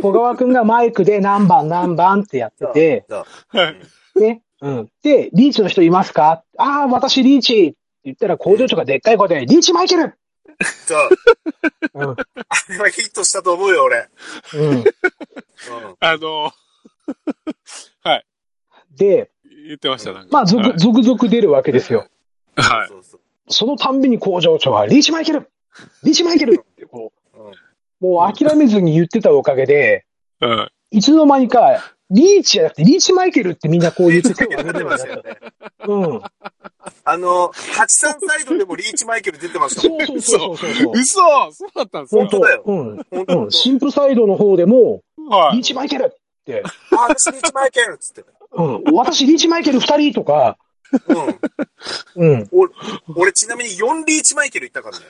Speaker 1: 小川くんがマイクで何番何番ってやってて、
Speaker 3: そう
Speaker 2: はい。
Speaker 1: ね。うん。で、リーチの人いますかああ、私リーチって言ったら工場長がでっかい声で、リーチマイケル
Speaker 3: そう。
Speaker 1: うん。
Speaker 3: あれはヒットしたと思うよ、俺。
Speaker 1: うん。
Speaker 3: うん。
Speaker 2: <laughs> あの、
Speaker 1: で、
Speaker 2: 言ってました、なんか。
Speaker 1: まあ、
Speaker 2: はい
Speaker 1: 続、続々出るわけですよ。
Speaker 2: はい。
Speaker 3: そうそう
Speaker 1: そのたんびに工場長は、リーチマイケルリーチマイケルってこ
Speaker 3: そう。うん
Speaker 1: う、もう諦めずに言ってたおかげで、
Speaker 2: うん。
Speaker 1: いつの間にか、リーチじゃなくて、リーチマイケルってみんなこう言って手を挙げるようになった。うん。
Speaker 3: あの、八三サイドでもリーチマイケル出てましたもん。
Speaker 1: そうそうそうそうそう。
Speaker 2: 嘘そうだったんです
Speaker 1: 本
Speaker 2: か
Speaker 1: 当
Speaker 3: 当だよ
Speaker 1: うん。
Speaker 3: 本
Speaker 1: う
Speaker 3: 当
Speaker 1: ん。新婦サイドの方でも、
Speaker 2: は
Speaker 1: リー
Speaker 2: い。
Speaker 1: チマイケルって、
Speaker 3: あ、私リーチマイケルっつって。
Speaker 1: うん。私、リーチマイケル二人とか、
Speaker 3: うん。
Speaker 1: うん。
Speaker 3: 俺ちなみに4リーチマイケル行ったからね。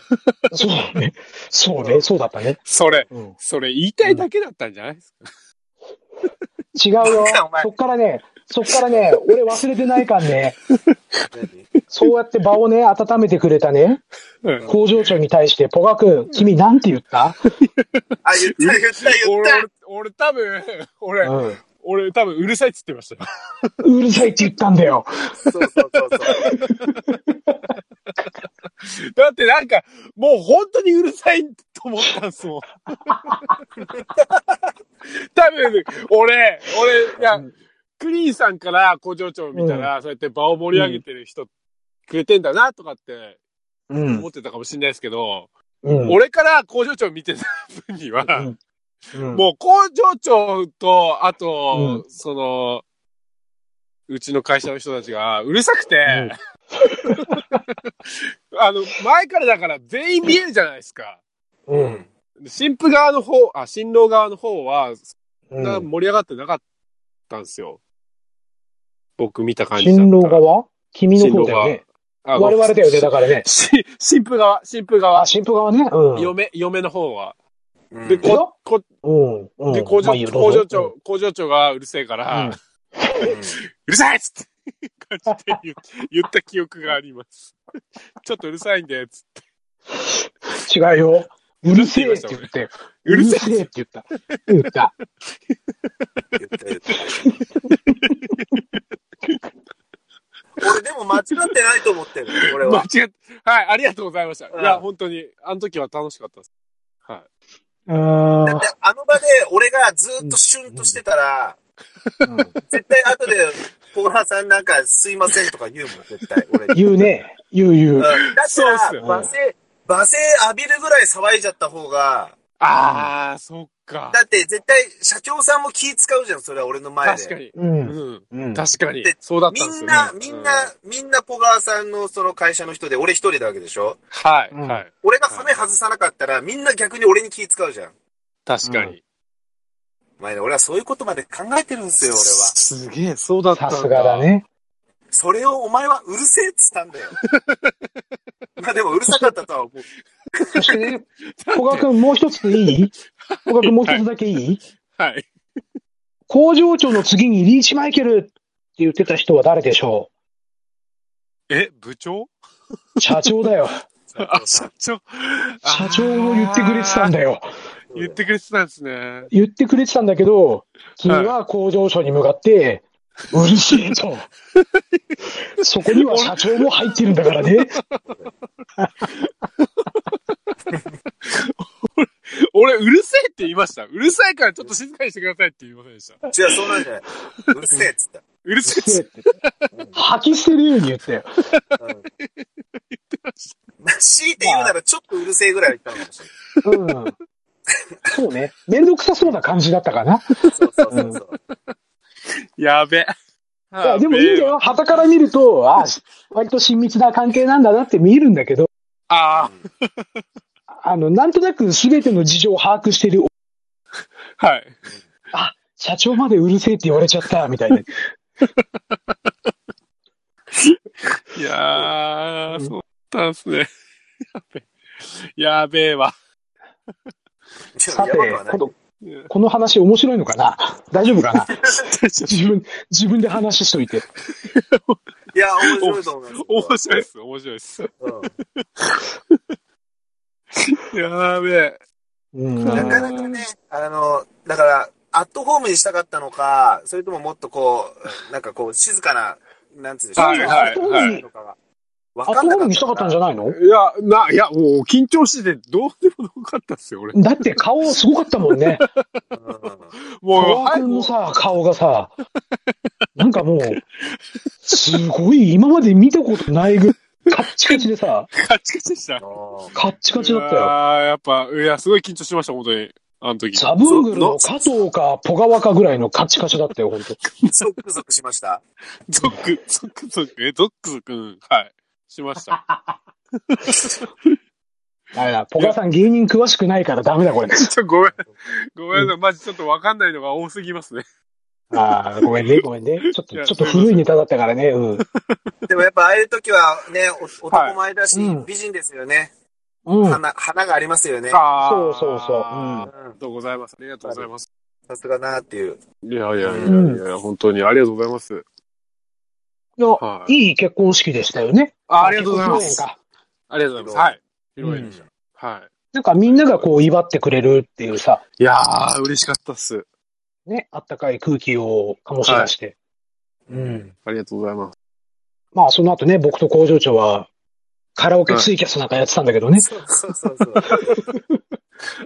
Speaker 1: そうね。そうね。そうだったね。
Speaker 2: それ、
Speaker 1: うん。
Speaker 2: それ言いたいだけだったんじゃないですか。
Speaker 1: 違うよ
Speaker 3: なんかお。前
Speaker 1: そっからね、そっからね、俺忘れてないかんね。そうやって場をね、温めてくれたね、
Speaker 2: うん。
Speaker 1: 工場長に対して、ポガ君、君なんて言った
Speaker 3: あ、言った言った言っ
Speaker 2: 俺、
Speaker 3: た
Speaker 2: 俺、俺多分、俺、
Speaker 1: うん。
Speaker 2: 俺多分うるさいっつってましたよ。
Speaker 1: うるさいって言ったんだよ。
Speaker 3: そうそうそうそう。
Speaker 2: だってなんか、もう本当にうるさいと思ったんですもん。多分、俺、俺、いや、クリーンさんから工場長見たら、そうやって場を盛り上げてる人、くれてんだなとかって
Speaker 1: うん
Speaker 2: 思。ってたかもしれないですけど、
Speaker 1: うん。
Speaker 2: 俺から工場長見てた分には、
Speaker 1: うんうん
Speaker 2: もう工場長と、あと、その、うちの会社の人たちが、うるさくて、 <laughs> あの、前からだから全員見えるじゃないですか。
Speaker 1: うん。
Speaker 2: 新婦側の方、あ、新郎側の方は、そ
Speaker 1: うん。
Speaker 2: なん盛り上がってなかったんですよ。僕見た感じだったら。
Speaker 1: 新郎側君の方だよね。
Speaker 2: あ
Speaker 1: 我々だよね、だからね。
Speaker 2: し新婦側、新婦側
Speaker 1: あ、、新婦側ね。うん。
Speaker 2: 嫁、嫁の方
Speaker 3: う
Speaker 2: は。
Speaker 3: ん
Speaker 2: で、こ、こ、
Speaker 1: うん。うん。
Speaker 2: で、工
Speaker 1: ま
Speaker 2: 場、
Speaker 1: あいいよど
Speaker 2: 工
Speaker 1: うぞ
Speaker 2: 場長、工場長がうるせえから、
Speaker 1: うん
Speaker 2: うるさいっつって感じで言う言った記憶があります。ちょっとうるさいんで、つって。
Speaker 1: 違うよ。うるせえって言って。
Speaker 2: うるせ
Speaker 1: えって言った。言った。
Speaker 3: 言った言った。俺でも間違ってないと思ってる、俺
Speaker 2: 間
Speaker 3: は。
Speaker 2: 違っはい、ありがとうございました。
Speaker 3: うん
Speaker 2: いや、本当に、あの時は楽しかったです。は
Speaker 1: あー
Speaker 3: であの場で俺がずっとシュンとしてたら、
Speaker 1: うん
Speaker 3: 絶対後で、ポーラーさんなんかすいませんとか言うもん、絶対。俺に。
Speaker 1: 言うね。言う言
Speaker 3: うん
Speaker 1: う。
Speaker 3: だか
Speaker 2: そうっす
Speaker 3: ら、
Speaker 2: よ
Speaker 3: 罵声、罵声浴びるぐらい騒いじゃった方が、
Speaker 2: い。あー、そっか。
Speaker 3: だって絶対社長さんも気使うじゃん、それは俺の前で。
Speaker 2: 確かに。
Speaker 1: う。
Speaker 2: うんん。
Speaker 1: うん。
Speaker 2: 確かに
Speaker 3: で。
Speaker 2: そうだったんです
Speaker 3: みん
Speaker 2: よ、
Speaker 3: な、
Speaker 2: うん
Speaker 3: みん
Speaker 2: う
Speaker 3: な、みんなポガーさんのその会社の人で、俺一人なわけでしょ
Speaker 2: はい、
Speaker 1: うん
Speaker 2: はい。
Speaker 3: 俺が羽外さなかったら、みんな逆に俺に気使うじゃん。
Speaker 2: 確かに。
Speaker 3: お前ね、俺はそういうことまで考えてるんですよ、
Speaker 2: <laughs>
Speaker 3: 俺は。
Speaker 2: すげえ、そうだったん
Speaker 1: さすがだ。
Speaker 2: <laughs>
Speaker 1: ね。
Speaker 3: それをお前はうるせえっつったんだよ。まあでもうるさかったとは思う。
Speaker 1: そしてね、小川くんもう一ついい小川くんもう一つだけいい
Speaker 2: はい。
Speaker 1: 工場長の次にリーチマイケルって言ってた人は誰でしょ
Speaker 2: え、部長 <laughs>
Speaker 1: う社長だよ。
Speaker 3: 社
Speaker 2: あ、
Speaker 3: 長さ
Speaker 2: 社
Speaker 3: ん。
Speaker 2: 長。
Speaker 1: 社長も言ってくれてたんだよ。
Speaker 2: 言ってくれてたんですね。
Speaker 1: 言ってくれてたんだけど、君は工場長に向かって、うるせえと。そこには社長も入ってるんだから
Speaker 2: <laughs>
Speaker 1: ね。
Speaker 2: 俺、うるせえって言いました。うるさいからちょっと静かにしてくださいって言いませんでした。
Speaker 3: 違う、そうなんじゃない。うるせえっつった。
Speaker 2: うるせえっす
Speaker 1: 吐き捨てるように言ったよ。
Speaker 3: うんまあ強いて言うならちょっとうるせえぐらいは言ったのかもしれない。
Speaker 1: うん。そうね。めんどくさそうな感じだった
Speaker 3: <laughs>
Speaker 1: かな。
Speaker 3: そうそうそうそう。
Speaker 2: やべ。
Speaker 1: いやでもいいんだよ。旗から見ると、あ割と親密な関係なんだなって見えるんだけど、
Speaker 2: あ
Speaker 1: あの、なんとなく全ての事情を把握してる、
Speaker 2: あ、はい。
Speaker 1: あ、社長までうるせえって言われちゃった、みたい
Speaker 3: <laughs>
Speaker 1: な。
Speaker 2: い
Speaker 1: う
Speaker 2: やー、
Speaker 1: ん
Speaker 2: そうだったんですね。やべえ。やべえわ。
Speaker 3: ちょっ
Speaker 1: さ
Speaker 3: と
Speaker 1: て
Speaker 3: やばくは、ない
Speaker 1: こ。の、この話面白いのかな大丈夫かな <laughs> 自分、自分で話しといて。
Speaker 3: いや、面白いと思います。
Speaker 2: 面白いっす、面白いっす。
Speaker 3: うん
Speaker 2: やべえ。
Speaker 1: うん。
Speaker 3: なかなかね、あの、だから、アットホームにしたかったのか、それとももっとこう、なんかこう、静かな、なんつうんでしょう。
Speaker 2: はいはいはい
Speaker 3: のかが。わ
Speaker 1: アッ
Speaker 3: か
Speaker 1: ト
Speaker 3: ん
Speaker 1: ホー
Speaker 3: なかった
Speaker 1: ムにしたかったんじゃないの
Speaker 2: いや、な、いや、もう緊張しててどうでもよかったっすよ、俺。
Speaker 1: だって顔すごかったもんね。
Speaker 3: う
Speaker 1: 小
Speaker 2: もう、
Speaker 1: 川
Speaker 2: はい、
Speaker 1: 君
Speaker 2: も
Speaker 1: の
Speaker 2: う、
Speaker 1: さ、顔がさ、なんかもう、すごい今まで見たことないぐカッチカチでさ、
Speaker 2: カチカチでした。
Speaker 3: んうん
Speaker 1: カッチカチだった
Speaker 2: いや
Speaker 1: よ。
Speaker 2: ーやっぱ、いや、すごい緊張しました、本当に。あの時。
Speaker 1: ザブングルの加藤か、ポガワかぐらいのカチカチだったよ、ほんと。
Speaker 3: ゾクゾクしました。
Speaker 2: ゾック、ゾック、ゾック、え、ゾック、ゾック、うん、はい。しました。
Speaker 1: あれだ、ポガさん芸人詳しくないからダメだ、これ。
Speaker 2: <laughs> ちょ、ごめん。ごめんなさい。マジちょっとわかんないのが多すぎますね。
Speaker 1: ああ、ごめんね、ごめんね。ちょっ
Speaker 2: い
Speaker 1: と、
Speaker 2: や
Speaker 1: ちょっと古いネタだったからね、うん。
Speaker 3: でもやっぱ、ああいう時はね、お
Speaker 2: はい
Speaker 3: 男前だし
Speaker 1: うん、
Speaker 3: 美人ですよね。
Speaker 1: うん。
Speaker 3: 花、花がありますよね。
Speaker 2: あ
Speaker 1: そうそうそううん
Speaker 3: う
Speaker 1: ん
Speaker 2: ありがとうございます。ありがとうございます。
Speaker 3: さすがなっていう。
Speaker 2: いやいやいやいや、
Speaker 1: う
Speaker 2: 本当にありがとうございます。
Speaker 1: いや、
Speaker 2: はい
Speaker 1: いい結婚式でしたよね。
Speaker 2: あありがとうございます
Speaker 1: 結婚。記念か
Speaker 2: ありがとうございます。はい。広いでし
Speaker 3: うん
Speaker 2: た。はい。
Speaker 1: なんかみんながこう祝ってくれるっていうさ、
Speaker 2: いやー、嬉しかったっす。
Speaker 1: ね、あったかい空気を醸し出して。うん。
Speaker 2: ありがとうございます。
Speaker 1: まあ、その後ね、僕と工場長は、カラオケツイキャスなんかやってたんだけどね。
Speaker 3: そうそうそうそう。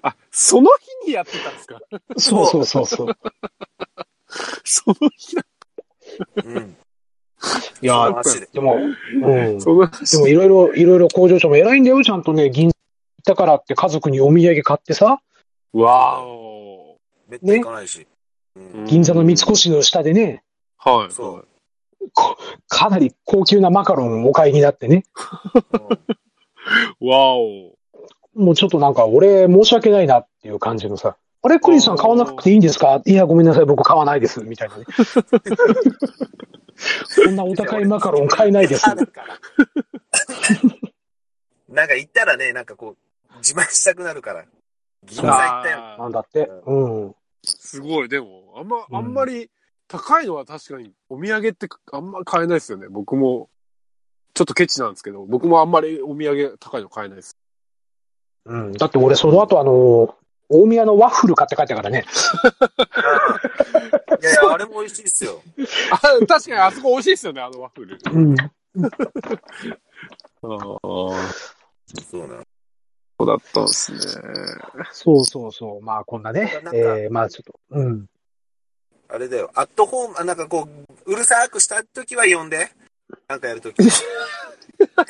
Speaker 2: あ、その日にやってたんですか <laughs>
Speaker 1: そうそうそうそう。 <laughs>
Speaker 2: その日だ。
Speaker 3: うん。
Speaker 1: いやー、
Speaker 3: 足で。
Speaker 1: でも、うん。で
Speaker 2: その日
Speaker 1: もいろいろ、いろいろ工場長も偉いんだよ、ちゃんとね、銀座行ったからって家族にお土産買ってさ、
Speaker 2: わーお
Speaker 3: めったに行かないし。うん
Speaker 1: 銀座の三越の下でね、
Speaker 2: ー。はい。
Speaker 3: そう
Speaker 1: こかなり高級なマカロンをお買いになってね。
Speaker 2: わーおー。
Speaker 1: もうちょっとなんか、俺、申し訳ないなっていう感じのさ、あれ、クリスさん買わなくていいんですかいや、ごめんなさい、僕買わないです、みた <laughs> いなね。こんなお高いマカロン買えないです。
Speaker 3: だから。 <laughs> なんか行ったらね、なんかこう、自慢したくなるから。銀座行ったよ。
Speaker 2: あー
Speaker 1: なんだって。うん。
Speaker 2: すごい、でも、あんま、
Speaker 1: うん
Speaker 2: あんまり、高いのは確かに、お土産ってあんま買えないですよね。僕も、ちょっとケチなんですけど、僕もあんまりお土産高いの買えないです。
Speaker 1: うん。だって俺、その後、あの、大宮のワッフル買って帰ったからね。
Speaker 3: うんいやいや、あれも美味しいですよ。
Speaker 2: あ、確かにあそこ美味しいですよね、あのワッフル。
Speaker 1: うん。
Speaker 2: ああ、
Speaker 3: そうなの。
Speaker 2: そうだったんですね。
Speaker 1: そうそうそう。まあ、こんなね
Speaker 3: なんか。
Speaker 1: えー、まあ、ちょっと。うん。
Speaker 3: あれだよ。アットホーム、あなんかこう、うるさくした時は呼んで。なんかやる時静か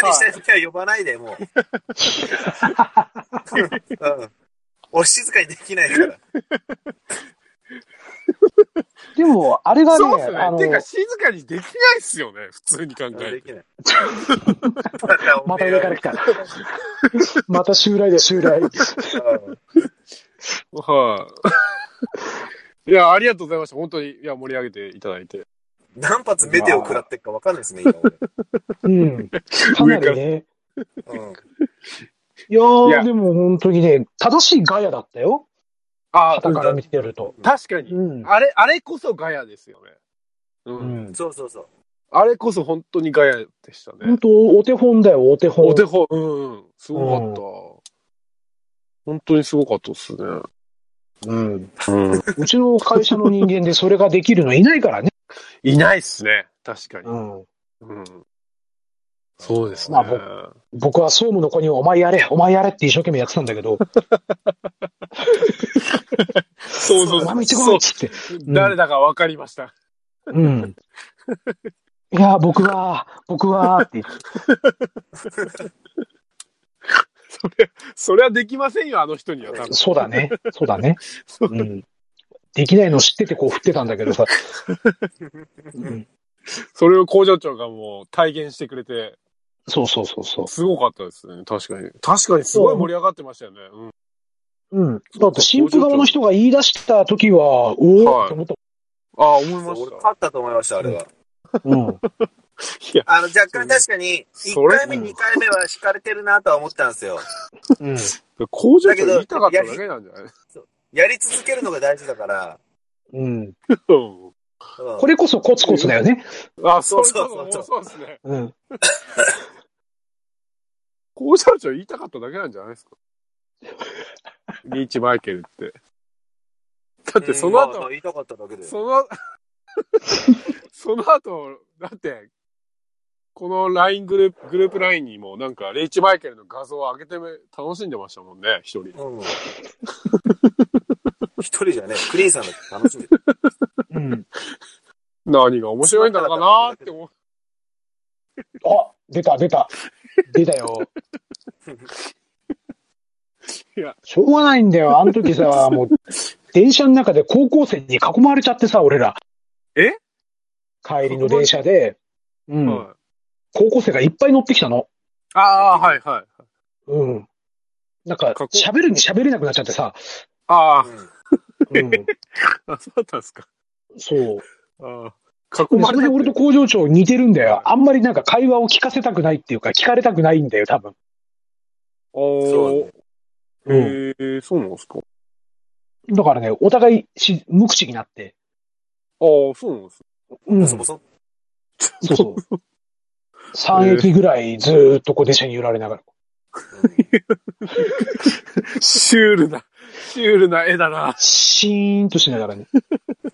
Speaker 3: にしたい時は呼ばないで、もう。うん。俺静かにできないから。
Speaker 1: でも、あれが
Speaker 2: そう
Speaker 1: ね、
Speaker 2: っす
Speaker 1: あ
Speaker 2: よ
Speaker 1: の
Speaker 2: ね。て、か、静かにできないっすよね、普通に考え
Speaker 3: で
Speaker 2: て。
Speaker 3: きない。
Speaker 1: また上から来た。また襲来で襲
Speaker 2: <laughs>
Speaker 1: 来。
Speaker 2: はい。いや、ありがとうございました。本当に、いや、盛り上げていただいて。
Speaker 3: 何発メテオ食らってっかわかんないですね、今俺。
Speaker 1: うん。かなりね。
Speaker 3: うん。
Speaker 1: いや
Speaker 2: いや
Speaker 1: ー、でも本当にね、正しいガヤだったよ。
Speaker 2: あ
Speaker 1: 旗から見てると。
Speaker 2: 確かに。
Speaker 1: うん。
Speaker 2: あれ、あれこそガヤですよね。う。
Speaker 1: うんん。
Speaker 3: そうそうそう。
Speaker 2: あれこそ本当にガヤでしたね。
Speaker 1: 本当お手本だよ、お手本。
Speaker 2: お手本、うんうん、すごかった。本当にすごかったですね。
Speaker 1: うん。
Speaker 2: うん、
Speaker 1: うちの会社の人間でそれができるのいないからね。
Speaker 2: いないっすね、確かに。
Speaker 1: うん。
Speaker 2: うん、そうですね。
Speaker 1: まあ僕僕は総務の子にお前やれ、お前やれって一生懸命やってたんだけど、
Speaker 2: そうそう
Speaker 1: お前も一
Speaker 2: そ
Speaker 1: 番
Speaker 2: う
Speaker 1: っつって。ん
Speaker 2: 誰だか分かりました。
Speaker 1: うん。いや、僕は、僕は、って言って。
Speaker 2: それ、それはできませんよ、あの人には多分。
Speaker 1: そうだね。そうだね。うん。できないの知っててこう振ってたんだけどさ。うん。
Speaker 2: <laughs> それを工場長がもう体現してくれて、
Speaker 1: そうそうそうそう。
Speaker 2: すごかったですね、確かに。確かにすごい盛り上がってましたよね。うん、
Speaker 1: うん。だって、新婦側の人が言い出した時は、お
Speaker 2: はい
Speaker 1: おって思った
Speaker 2: ああ、思いま
Speaker 3: 俺
Speaker 2: し
Speaker 3: 勝
Speaker 2: た。
Speaker 3: ったと思いました、あれは。
Speaker 1: もん。うん。
Speaker 2: いや、
Speaker 3: あの、若干確かに、1
Speaker 2: それ
Speaker 3: 回目、2回目は惹かれてるなとは思ったんですよ。
Speaker 1: うん。
Speaker 2: 工場長言いたかっただけなんじゃない
Speaker 3: やり続けるのが大事だから。
Speaker 1: うん。
Speaker 2: うん
Speaker 3: うん
Speaker 1: これこそコツコツだよね。
Speaker 2: あ、 <laughs> そうそ
Speaker 3: そうう
Speaker 2: そ
Speaker 3: そうう
Speaker 2: そ
Speaker 3: そうう
Speaker 2: ですね。
Speaker 1: うん。
Speaker 2: 工場長言いたかっただけなんじゃないですか。リーチマイケルって。だってその
Speaker 3: うんまあ
Speaker 2: 後、
Speaker 3: 言いたかっただけで。
Speaker 2: その、その <laughs> 後、だって、この LINE グループ、グループ LINE にもなんか、リーチマイケルの画像を上げてめ楽しんでましたもんね、一人。
Speaker 3: うん。一人じゃね、クリーンさんだって楽しんでる。
Speaker 1: うん。
Speaker 2: 何が面白いんだろうかなって思う。
Speaker 1: あ、出た、出た。出たよ。
Speaker 2: いや
Speaker 1: しょうがないんだよ。あの時
Speaker 2: <laughs>
Speaker 1: さ、もう、電車の中で高校生に囲まれちゃってさ、俺ら。
Speaker 2: え
Speaker 1: 帰りの電車で、うん。
Speaker 2: はい
Speaker 1: 高校生がいっぱい乗ってきたの。
Speaker 2: ああ、はいはい。
Speaker 1: うん。なんか
Speaker 2: 過、去
Speaker 1: 喋るに喋れなくなっちゃってさ。
Speaker 2: あ
Speaker 3: うん
Speaker 1: うん。
Speaker 2: あ、そうだったんですか。 <laughs>
Speaker 1: そう。
Speaker 2: ああ。囲
Speaker 1: その
Speaker 2: まれ
Speaker 1: 辺
Speaker 2: て
Speaker 1: 俺と工場長似てるんだよ。あんまりなんか会話を聞かせたくないっていうか、聞かれたくないんだよ、多分。
Speaker 2: おー。
Speaker 1: う
Speaker 2: へえ、そうなんですか。
Speaker 1: だからね、お互いし無口になって。
Speaker 2: ああ、そうなんです。
Speaker 1: うん。
Speaker 3: そ
Speaker 1: そ
Speaker 3: もそも。
Speaker 1: うそう。3駅ぐらいずーっとこう電車に揺られながら。
Speaker 2: シュールな、シュールな絵だな。ああ、
Speaker 1: シーンとしながらね。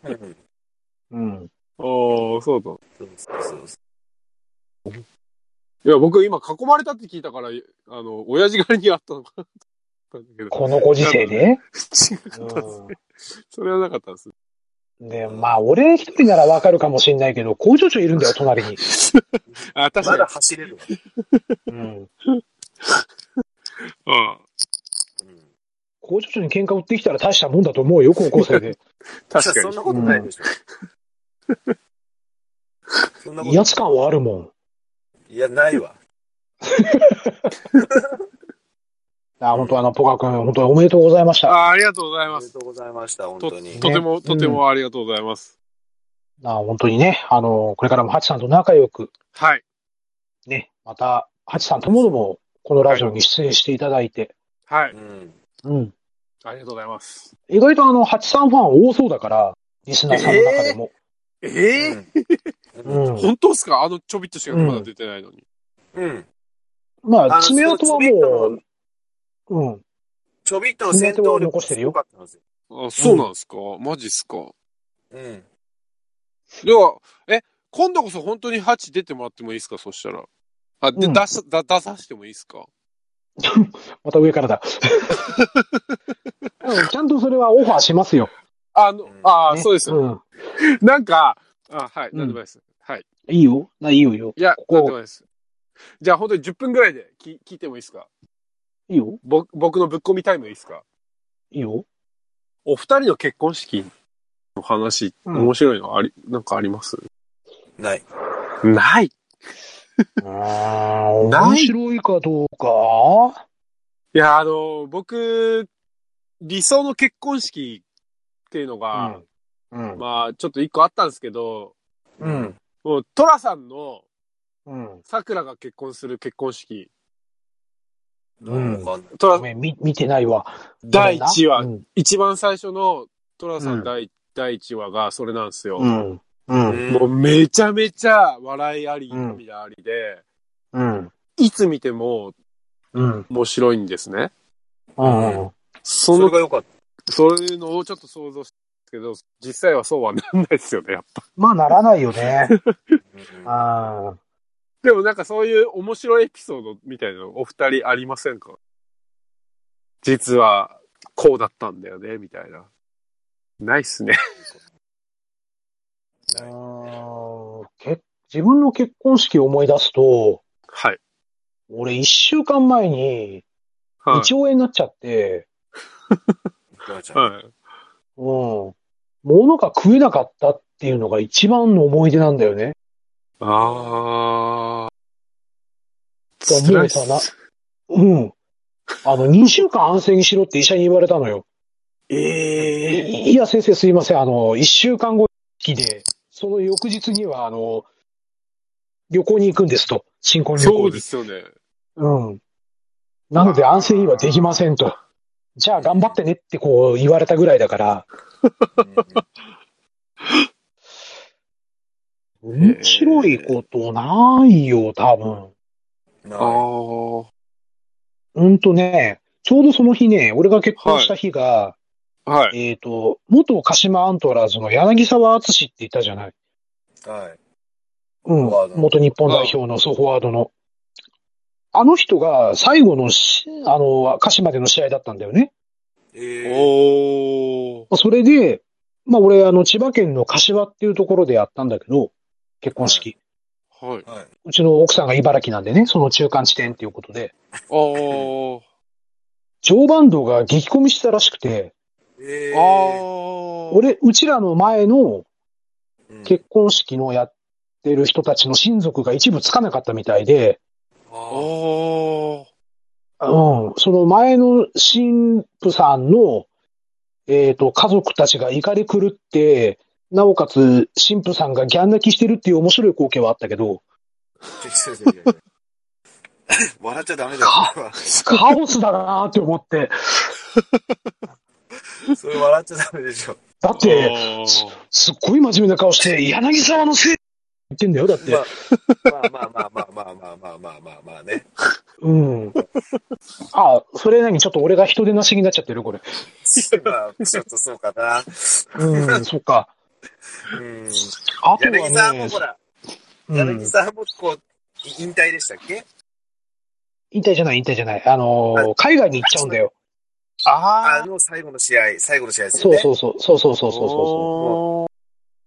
Speaker 3: うんうん
Speaker 1: うん。
Speaker 2: そうだ。
Speaker 3: そうそうそうそ
Speaker 2: いや、僕今囲まれたって聞いたから、あの、親父狩りにあったのかなと思ったんだけど。
Speaker 1: このご時世で。
Speaker 2: 違ったです。
Speaker 1: う
Speaker 2: それはなかったです。
Speaker 1: ん。で、まあ、俺一人ならわかるかもしんないけど、工場長いるんだよ、隣に。
Speaker 2: あ、
Speaker 3: う
Speaker 2: 確
Speaker 3: ま
Speaker 2: かに
Speaker 3: だ。走れるわ。
Speaker 1: うん。
Speaker 2: うん。
Speaker 3: うん
Speaker 1: 工場長に喧嘩売ってきたら大したもんだと思うよ、高校生で。
Speaker 2: 確か
Speaker 3: そん
Speaker 2: に。
Speaker 3: なことないでしょ。そんなこ
Speaker 1: 威
Speaker 3: と
Speaker 1: 圧感はあるもん。
Speaker 3: いや、ないわ。
Speaker 1: あ、本当あの、ポカ君、本当におめでとうございました。
Speaker 2: あありがとうござい
Speaker 3: あ
Speaker 2: ま
Speaker 3: りが
Speaker 2: す。
Speaker 3: とうございました、本当に。。
Speaker 2: とても、とてもありがとうございます。
Speaker 1: あ本当にね、あの、これからもハチさんと仲良く、
Speaker 2: はい。
Speaker 1: ね、また、ハチさんともども、このラジオに出演していただいて、
Speaker 2: はいう
Speaker 3: ん。
Speaker 1: うん。
Speaker 2: ありがとうございます。
Speaker 1: 意外とあの、ハチさんファン多そうだから、リスナーさんの中でも。
Speaker 2: ええ
Speaker 3: うん。
Speaker 1: うん。
Speaker 2: 本当ですかあのちょびっとしかまだ出てないのに。
Speaker 3: うん。
Speaker 1: まあ、
Speaker 3: あの
Speaker 1: 爪痕はもう、うん。
Speaker 3: ちょびっとの戦闘力
Speaker 1: 残してるよ
Speaker 3: すごかったんですよ。
Speaker 2: あ、そうなんですか、マジっすか
Speaker 3: うん。
Speaker 2: では、え、今度こそ本当に8出てもらってもいいですかそしたら。あ、で、
Speaker 1: うん
Speaker 2: 出す、だ出させてもいいですか
Speaker 1: また上からだ。うんちゃんとそれはオファーしますよ。
Speaker 2: あの、
Speaker 3: うん
Speaker 2: あー
Speaker 1: ね
Speaker 2: そうですよ、
Speaker 1: うん。
Speaker 2: なんか、あはい、
Speaker 1: うん
Speaker 2: なんでもないです。はい。
Speaker 1: いいよ。ないいよいいよ。
Speaker 2: いや、
Speaker 1: ここ
Speaker 2: なんでもないです。じゃあ本当に10分ぐらいで聞聞いてもいいですか
Speaker 1: いいよ。
Speaker 2: ぼ僕のぶっ込みタイムいいですか
Speaker 1: いいよ。
Speaker 2: お二人の結婚式の話、
Speaker 1: うん
Speaker 2: 面白いのあり、なんかあります
Speaker 3: ない。
Speaker 2: ない。
Speaker 1: うーん
Speaker 2: ない
Speaker 1: 面白いかどうか。
Speaker 2: いや、あの、僕、理想の結婚式っていうのが、
Speaker 1: うん。
Speaker 2: まあ、ちょっと一個あったんですけど、
Speaker 1: うん。
Speaker 2: もう、トラさんの
Speaker 1: うん。
Speaker 2: 桜が結婚する結婚式、
Speaker 1: うん
Speaker 3: わかんない
Speaker 2: ト
Speaker 1: ご
Speaker 2: ラ、
Speaker 1: めん、み見てないわ。
Speaker 2: 第1話、
Speaker 1: うん。
Speaker 2: 一番最初のトラさ
Speaker 1: うんん
Speaker 2: 第,、第1話がそれなんですよ。
Speaker 1: うん。うん。
Speaker 2: もうめちゃめちゃ笑いあり、涙ありで、
Speaker 1: うん。
Speaker 2: いつ見ても
Speaker 1: うん。
Speaker 2: 面白いんですね。
Speaker 1: うん。うん。
Speaker 2: そ
Speaker 3: それ
Speaker 2: の、
Speaker 3: が良かった。
Speaker 2: そういうのをちょっと想像したんですけど、実際はそうはなんないですよね、やっぱ。
Speaker 1: まあ、ならないよね。
Speaker 3: うん
Speaker 1: あ
Speaker 2: でもなんかそういう面白いエピソードみたいなのお二人ありませんか実はこうだったんだよね、みたいな。ないっすね。
Speaker 1: あ。うんけ自分の結婚式を思い出すと、
Speaker 2: はい。
Speaker 1: 俺一週間前に
Speaker 2: はい。
Speaker 1: 一応円になっちゃって、
Speaker 2: はい、
Speaker 1: うん。物が食えなかったっていうのが一番の思い出なんだよね。
Speaker 2: ああ。
Speaker 1: だからもうさなうん。あ
Speaker 2: <laughs>
Speaker 1: の、2週間安静にしろって医者に言われたのよ。
Speaker 2: ええ
Speaker 1: いいや、先生すいません。あの、1週間後にで、その翌日には、あの、旅行に行くんですと。新婚旅行に。
Speaker 2: そうですよね。
Speaker 1: うん。なので安静にはできませんと。じゃあ頑張ってねってこう言われたぐらいだから、面白いことないよ、多分。
Speaker 3: ない
Speaker 2: ああ。
Speaker 1: うんとね、ちょうどその日ね、俺が結婚した日が、
Speaker 2: はい。
Speaker 1: えっ、と、元鹿島アントラーズの柳沢敦っていたじゃない。
Speaker 3: はい。
Speaker 1: うん
Speaker 3: フォワード。の
Speaker 1: 元日本代表の、そう、フォワードの。あの人が最後のし、あの、鹿島での試合だったんだよね。
Speaker 3: えー
Speaker 2: おー。
Speaker 1: それで、まあ俺、あの、千葉県の柏っていうところでやったんだけど、結婚式。
Speaker 2: はい。
Speaker 3: はい。
Speaker 1: うちの奥さんが茨城なんでね、その中間地点っていうことで、
Speaker 2: おー。
Speaker 1: 常磐道が激混みしてたらしくて、
Speaker 3: え
Speaker 2: あー。
Speaker 1: 俺、うちらの前の
Speaker 3: うん
Speaker 1: 結婚式のやってる人たちの親族が一部つかなかったみたいで、
Speaker 3: あ
Speaker 2: おー。
Speaker 1: うん、その前の新婦さんの、えっ、と、家族たちが怒り狂って、なおかつ、新婦さんがギャン泣きしてるっていう面白い光景はあったけど、
Speaker 3: ーいやいやいや <laughs> 笑っちゃダメだよ。
Speaker 1: カオスだなーって思って。
Speaker 3: それ笑っちゃダメでしょ。
Speaker 1: だって、すっごい真面目な顔して、柳沢のせいって言ってんだよ、だって。
Speaker 3: まあまあまあまあまあまあまあまあまあね。
Speaker 1: うん。あ、それ何ちょっと俺が人手なしになっちゃってるこれ。
Speaker 3: まあ、ちょっとそうかな。
Speaker 1: うん、そっか。
Speaker 3: うん。
Speaker 1: あとはね、
Speaker 3: 柳沢もほら、
Speaker 1: うん
Speaker 3: 柳、沢もこう、引退でしたっけ
Speaker 1: 引退じゃない、引退じゃない。あのー海外に行っちゃうんだよ。
Speaker 2: あ
Speaker 3: あの最後の試合、最後の試合ですよ
Speaker 1: そう
Speaker 3: ね。
Speaker 1: そうそう、そうそうそう
Speaker 2: ー。
Speaker 1: そ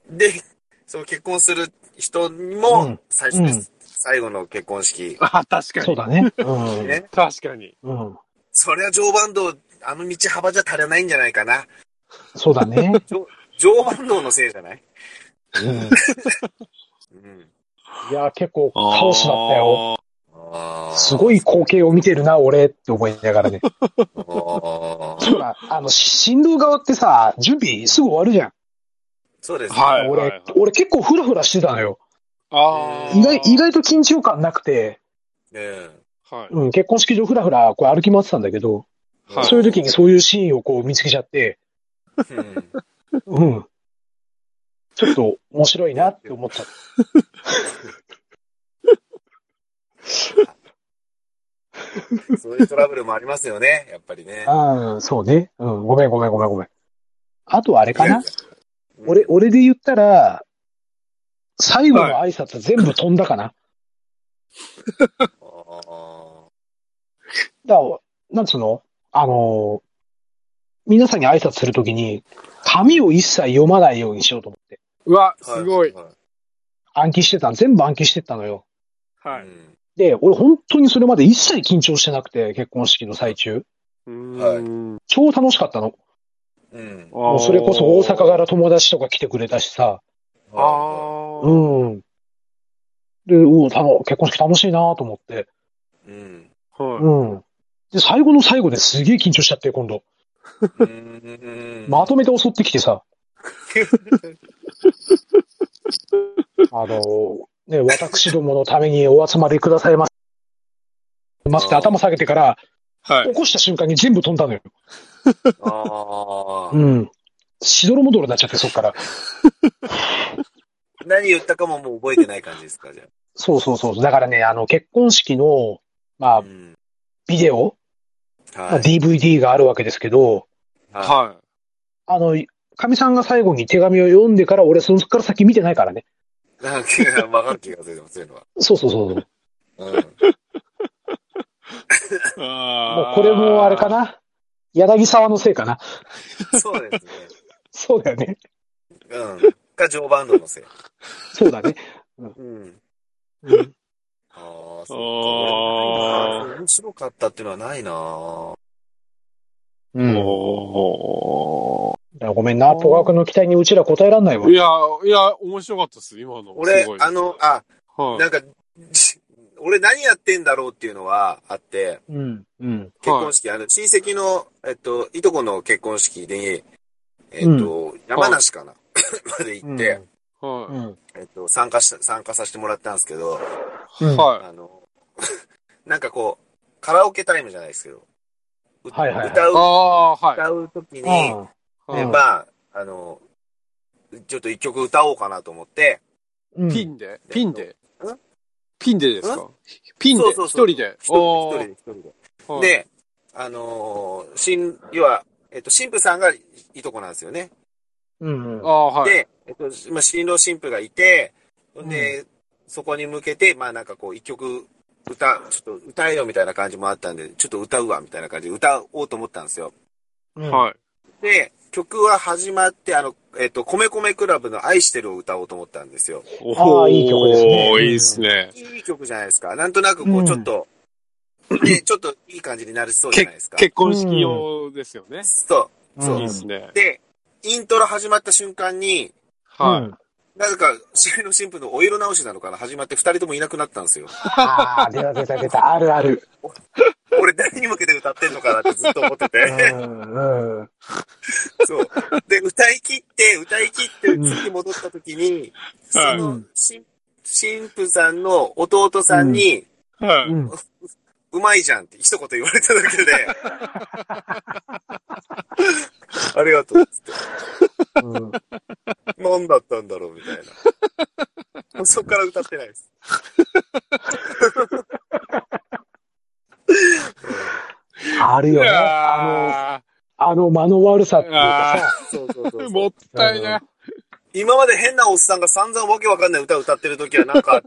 Speaker 1: うそ
Speaker 3: で、その結婚する人
Speaker 1: う
Speaker 3: も
Speaker 1: ん、
Speaker 3: 最初、
Speaker 1: うん
Speaker 3: 最後の結婚式。
Speaker 2: あ、確
Speaker 1: う。
Speaker 2: か
Speaker 1: そう
Speaker 2: に。
Speaker 1: だね。うん。
Speaker 3: ね。
Speaker 2: 確かに。
Speaker 1: うん。
Speaker 3: それは常磐道、あの道幅じゃ足りないんじゃないかな。
Speaker 1: そうだね。
Speaker 3: 常磐道のせいじゃない
Speaker 1: うん。
Speaker 3: うん。
Speaker 1: いや、結構カオスだったよ。
Speaker 3: あ
Speaker 1: すごい光景を見てるな、俺って思いながらね。
Speaker 3: あー
Speaker 1: ほら、あの、し新郎側ってさ、準備すぐ終わるじゃん。
Speaker 3: そうです。
Speaker 2: はい
Speaker 1: 俺、
Speaker 2: はいはい
Speaker 1: 俺結構フラフラしてたのよ。
Speaker 2: あー。
Speaker 1: 意外、意外と緊張感なくて、
Speaker 3: え
Speaker 2: はい。
Speaker 1: うん、結婚式場フラフラこう歩き回ってたんだけど、
Speaker 2: はい
Speaker 1: そういう時にそういうシーンをこう見つけちゃって、
Speaker 3: えうん
Speaker 1: うん。ちょっと面白いなって思っちゃっ
Speaker 3: そういうトラブルもありますよね、やっぱりね
Speaker 1: た。。うん、そうね。うん、ごめんごめんごめんごめん。あとはあれか
Speaker 3: いや
Speaker 1: ない
Speaker 3: や
Speaker 1: 俺、、俺で言ったら、最後の挨拶全部飛んだかな。
Speaker 3: あー
Speaker 1: だからなんつうのあのー皆さんに挨拶するときに、紙を一切読まないようにしようと思って。
Speaker 2: うわ、すごい。
Speaker 3: は
Speaker 1: 暗記してたの、全部暗記してったのよ。
Speaker 2: はい。
Speaker 3: うん
Speaker 1: で、俺本当にそれまで一切緊張してなくて、結婚式の最中。
Speaker 2: う
Speaker 3: はい
Speaker 2: ーん。
Speaker 1: 超楽しかったの。
Speaker 3: うん。
Speaker 2: も
Speaker 1: もうそれこそ大阪から友達とか来てくれたしさ。
Speaker 2: あー。
Speaker 1: う
Speaker 2: うん
Speaker 1: ん。で、うん、たの結婚式楽しいなと思って。
Speaker 3: うん。
Speaker 2: は
Speaker 1: うん。で、最後の最後ですげえ緊張しちゃって、今度。
Speaker 3: うん
Speaker 1: まとめて襲ってきて <laughs> さ。あの、ね、私どものためにお集まりくださいます。まして頭下げてから、
Speaker 2: い。はい
Speaker 1: 起。こした瞬間に全部飛んだのよ。
Speaker 3: ああ
Speaker 1: う。ん。しどろもどろになっちゃって、そっから。
Speaker 3: 何言ったかももう覚えてない感じですか、じゃ
Speaker 1: そうそうそう。だからね、あの、結婚式の、ま
Speaker 3: あ。
Speaker 1: あ
Speaker 3: う、ん
Speaker 1: ビデオ、ま
Speaker 3: は
Speaker 1: あ、
Speaker 3: い。
Speaker 1: DVD があるわけですけど、
Speaker 3: は
Speaker 2: は
Speaker 1: あの、かみさんが最後に手紙を読んでから、俺、そこから先見てないからね。
Speaker 3: い。なんか、わかる気がする、そういうのは。
Speaker 1: そうそうそうそう。
Speaker 3: うん。
Speaker 2: い。
Speaker 1: も
Speaker 2: も
Speaker 1: うこれもあれか。な。柳沢のせいかな。
Speaker 3: そうですね。
Speaker 1: そうだよね。
Speaker 3: うん。か、常磐道のせい。
Speaker 1: そうだね。
Speaker 3: うん。ああ、そっか。
Speaker 2: あー
Speaker 3: 面白かったっていうのはないなぁ
Speaker 1: うん。だか
Speaker 2: お
Speaker 1: らごめんな。戸川君の期待にうちら答えらんないわ
Speaker 2: ーい。や、いや、面白かったっす、今の。
Speaker 3: 俺
Speaker 2: すごい、
Speaker 3: あの、、あ、
Speaker 2: はい
Speaker 3: なんか、じ俺何やってんだろうっていうのはあって、
Speaker 1: うん。うん。
Speaker 3: 結婚式、あの、親戚の、えっと、いとこの結婚式で、えっと、山梨かな、 <laughs> まで行って、
Speaker 1: う
Speaker 2: は
Speaker 1: ん。
Speaker 3: えっと、参加した、参加させてもらったんですけど、
Speaker 2: い。
Speaker 1: うん
Speaker 2: は
Speaker 3: あの、 <laughs> なんかこう、カラオケタイムじゃないですけど、う
Speaker 1: はいはいはい
Speaker 3: 歌
Speaker 2: い。あ
Speaker 3: う、
Speaker 2: あ、はい。
Speaker 3: 歌うとき
Speaker 1: う
Speaker 3: に、
Speaker 1: ん
Speaker 3: で、
Speaker 1: うん
Speaker 3: まあ、あの、ちょっと一曲歌おうかなと思って、
Speaker 1: うん。
Speaker 2: ピンでピンで
Speaker 3: ん
Speaker 2: ピンでですかピンで
Speaker 3: そうそう
Speaker 2: 一
Speaker 3: そう
Speaker 2: 人で
Speaker 3: 一人で、一人で、
Speaker 2: おー、
Speaker 3: で、あのー、新、要は、えっと、新婦さんがいいとこなんですよね。
Speaker 1: うん。
Speaker 2: ああー、はい。
Speaker 3: で、えっと、まあ、新郎新婦がいて、で、そこに向けて、まあなんかこう、一曲、歌、ちょっと歌えよみたいな感じもあったんで、ちょっと歌うわみたいな感じで歌おうと思ったんですよ。
Speaker 1: うん。
Speaker 2: はい。
Speaker 3: で、曲は始まって、あの、えっと、米米クラブの愛してるを歌おうと思ったんですよ。
Speaker 1: あーいい曲ですね
Speaker 2: おーいいですね。
Speaker 3: いい曲じゃないですか。なんとなくこ
Speaker 1: う
Speaker 3: う、
Speaker 1: ん
Speaker 3: ちょっと、ね、ちょっといい感じになりそうじゃないですか。
Speaker 2: 結婚式用ですよね。
Speaker 3: そう。
Speaker 1: うん。
Speaker 3: そう
Speaker 2: いいですね。
Speaker 3: で、イントロ始まった瞬間に、
Speaker 1: う
Speaker 2: はい。
Speaker 1: ん。
Speaker 3: なぜか、新郎新婦のお色直しなのから始まって二人ともいなくなったんですよ。
Speaker 1: ああ、出た出た出た。あるある。
Speaker 3: 俺誰に向けて歌ってんのかなってずっと思って
Speaker 1: う
Speaker 3: <laughs> て。
Speaker 1: ん。うん。
Speaker 3: そう。で、歌い切って、歌い切って、次戻った時に、その、新新婦さんの弟さんに、
Speaker 2: はい。
Speaker 1: うん。
Speaker 3: うまいじゃんって一言言われただけで、 <laughs> ありがとうっつって。
Speaker 1: うん
Speaker 3: 何だったんだろうみたいな。そっから歌ってないです。
Speaker 1: あるよね。あ
Speaker 2: あ
Speaker 1: の、あの間の悪さっていうかさ。
Speaker 3: そうそうそうそ
Speaker 2: ー
Speaker 3: う
Speaker 2: もったいない。
Speaker 3: 今まで変なおっさんが散々わけわかんない歌歌ってる時はなんか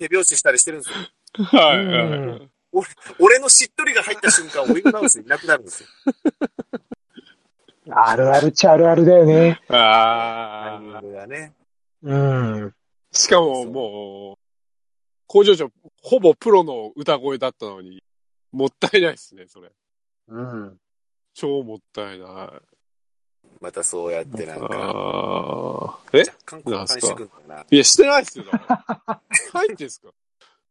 Speaker 3: 手拍子したりしてるんですよ。
Speaker 2: は
Speaker 1: う
Speaker 2: い。
Speaker 3: 俺のしっとりが入った瞬間、お湯の直しいなくなるんですよ。
Speaker 1: あるあるっちゃあるあるだよね。
Speaker 3: タイ
Speaker 2: あ
Speaker 3: ミン
Speaker 2: あ。
Speaker 3: グがね。
Speaker 1: うん。
Speaker 2: しかももう、工場長、ほぼプロの歌声だったのに、もったいないですね、それ。
Speaker 1: うん。
Speaker 2: 超もったいない。
Speaker 3: またそうやってなんか、
Speaker 2: あーえ
Speaker 3: 韓国監視くんかな。
Speaker 2: いや、してないっすよ。だから <laughs> 入ってんすか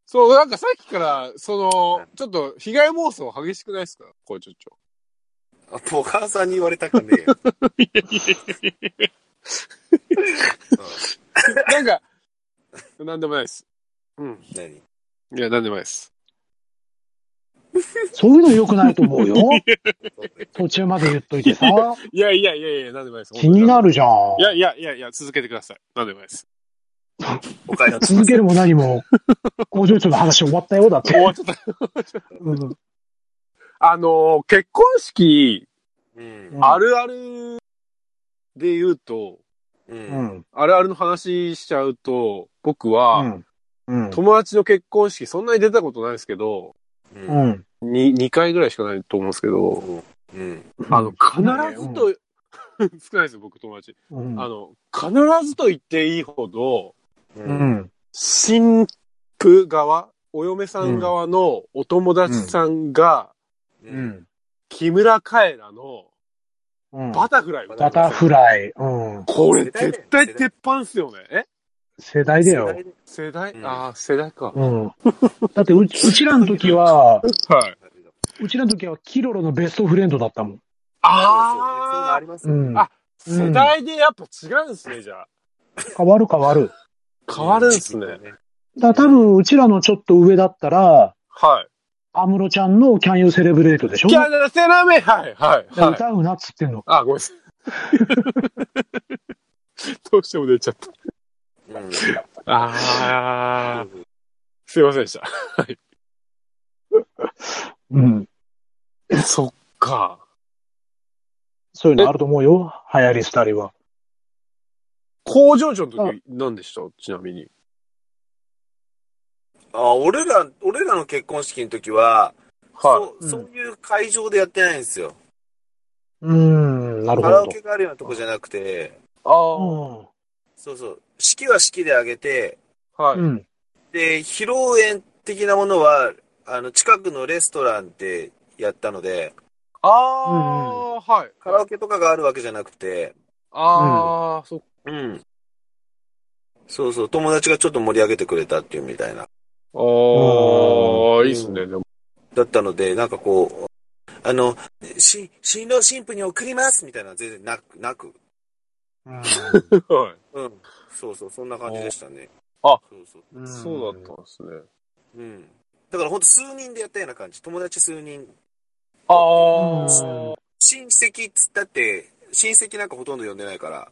Speaker 2: そう、なんかさっきから、その、ちょっと被害妄想激しくないっすか工場長。
Speaker 3: あお母さんに言われたくねえよ。
Speaker 2: なんか、なんでもないです。うん。
Speaker 3: 何
Speaker 2: いや、なんでもないです。
Speaker 1: そういうの良くないと思
Speaker 2: <laughs>
Speaker 1: うよ。途中まで言っといてさ。
Speaker 2: いやいやいやいや、なんでもないです。
Speaker 1: 気になるじゃん。
Speaker 2: いやいやいやいや、続けてください。なんでもないです。
Speaker 3: お母さん
Speaker 1: 続けるも何も、工場長の話終わったようだっ
Speaker 2: 終
Speaker 1: て。
Speaker 2: わっちゃった。
Speaker 1: うん
Speaker 2: あのー結婚式、
Speaker 3: うん。
Speaker 2: あるあるで言うと、
Speaker 3: う。
Speaker 1: うんん。
Speaker 2: あるあるの話しちゃうと、僕
Speaker 1: う
Speaker 2: は、
Speaker 1: ん。うん。
Speaker 2: 友達の結婚式、そんなに出たことないですけど、
Speaker 3: うん。
Speaker 1: う
Speaker 3: うん
Speaker 1: ん。
Speaker 2: に2回ぐらいしかないと思うんですけど、
Speaker 3: うん。
Speaker 2: あの、必 <laughs> ずと、少ないですよ、僕友達。
Speaker 1: うん、
Speaker 2: あの、必ずと言っていいほど、
Speaker 1: う
Speaker 3: うん。
Speaker 1: ん。
Speaker 2: 新婦側、お嫁さん側のお友達さんが、
Speaker 1: う。ん。
Speaker 2: 木村カエラの
Speaker 1: うん。
Speaker 2: バタフライ歌
Speaker 1: バ
Speaker 2: いま
Speaker 1: タ
Speaker 2: す
Speaker 1: フライ。うん。
Speaker 2: これ絶対鉄板っすよね。え
Speaker 1: 世代だよ。
Speaker 2: 世代
Speaker 3: うん
Speaker 2: ああ、世代か。
Speaker 1: うん。だってう、うちらの時は、
Speaker 2: はい。
Speaker 1: うちらの時はキロロのベストフレンドだったもん。
Speaker 3: そういうのあ
Speaker 2: ああ
Speaker 3: り、ます
Speaker 1: う
Speaker 3: よね
Speaker 1: ん。
Speaker 2: あ世代でやっぱ違うんですね、じゃあ。
Speaker 1: 変わる変わる。
Speaker 2: 変わるんすね。
Speaker 1: だから多分、うちらのちょっと上だったら、
Speaker 2: はい。
Speaker 1: アムロちゃんの Can You Celebrate でしょ
Speaker 2: キャラセラメはい、はい、はい。
Speaker 1: 歌うなっつってんの。
Speaker 2: あ、ごめんなさい。どうしても出ちゃった。
Speaker 3: うんうん
Speaker 2: ああ、すいませんでし
Speaker 1: うん。
Speaker 2: た。そっか。
Speaker 1: そういうのあると思うよ。流行りしたりは。
Speaker 2: 工場長の時何でしたちなみに。
Speaker 3: あ俺ら、俺らの結婚式の時は、
Speaker 2: は
Speaker 3: そうそういう会場でやってないんですよ。
Speaker 1: うーん、なる
Speaker 3: カラオ
Speaker 1: ほ
Speaker 3: ケがあるようなとこじゃなくて、
Speaker 2: い。
Speaker 1: ど。
Speaker 3: そうそう、式は式であげて、
Speaker 2: ああ、は
Speaker 1: う
Speaker 2: い。
Speaker 1: ん。うん。
Speaker 3: で、披露宴的なものは、あの、近くのレストランでやったので、
Speaker 2: ああ、はい。
Speaker 3: カラオケとかがあるわけじゃなくて、
Speaker 2: ああ、そっか。
Speaker 3: うん。そうそう、友達がちょっと盛り上げてくれたっていうみたいな。
Speaker 2: ああ、
Speaker 3: ん
Speaker 2: いいっすね、でも。
Speaker 3: だったので、なんかこう、あの、し、新郎新婦に送りますみたいなのは全然なく、なく。
Speaker 2: はい。
Speaker 3: うん。そうそう、そんな感じでしたね。
Speaker 2: あ
Speaker 3: そうそう。
Speaker 1: うん
Speaker 2: <laughs> そうだったんですね。
Speaker 3: うん。だからほんと数人でやったような感じ。友達数人。
Speaker 2: あ
Speaker 1: うん
Speaker 2: あ、
Speaker 3: 親戚っつったって、親戚なんかほとんど呼んでないから。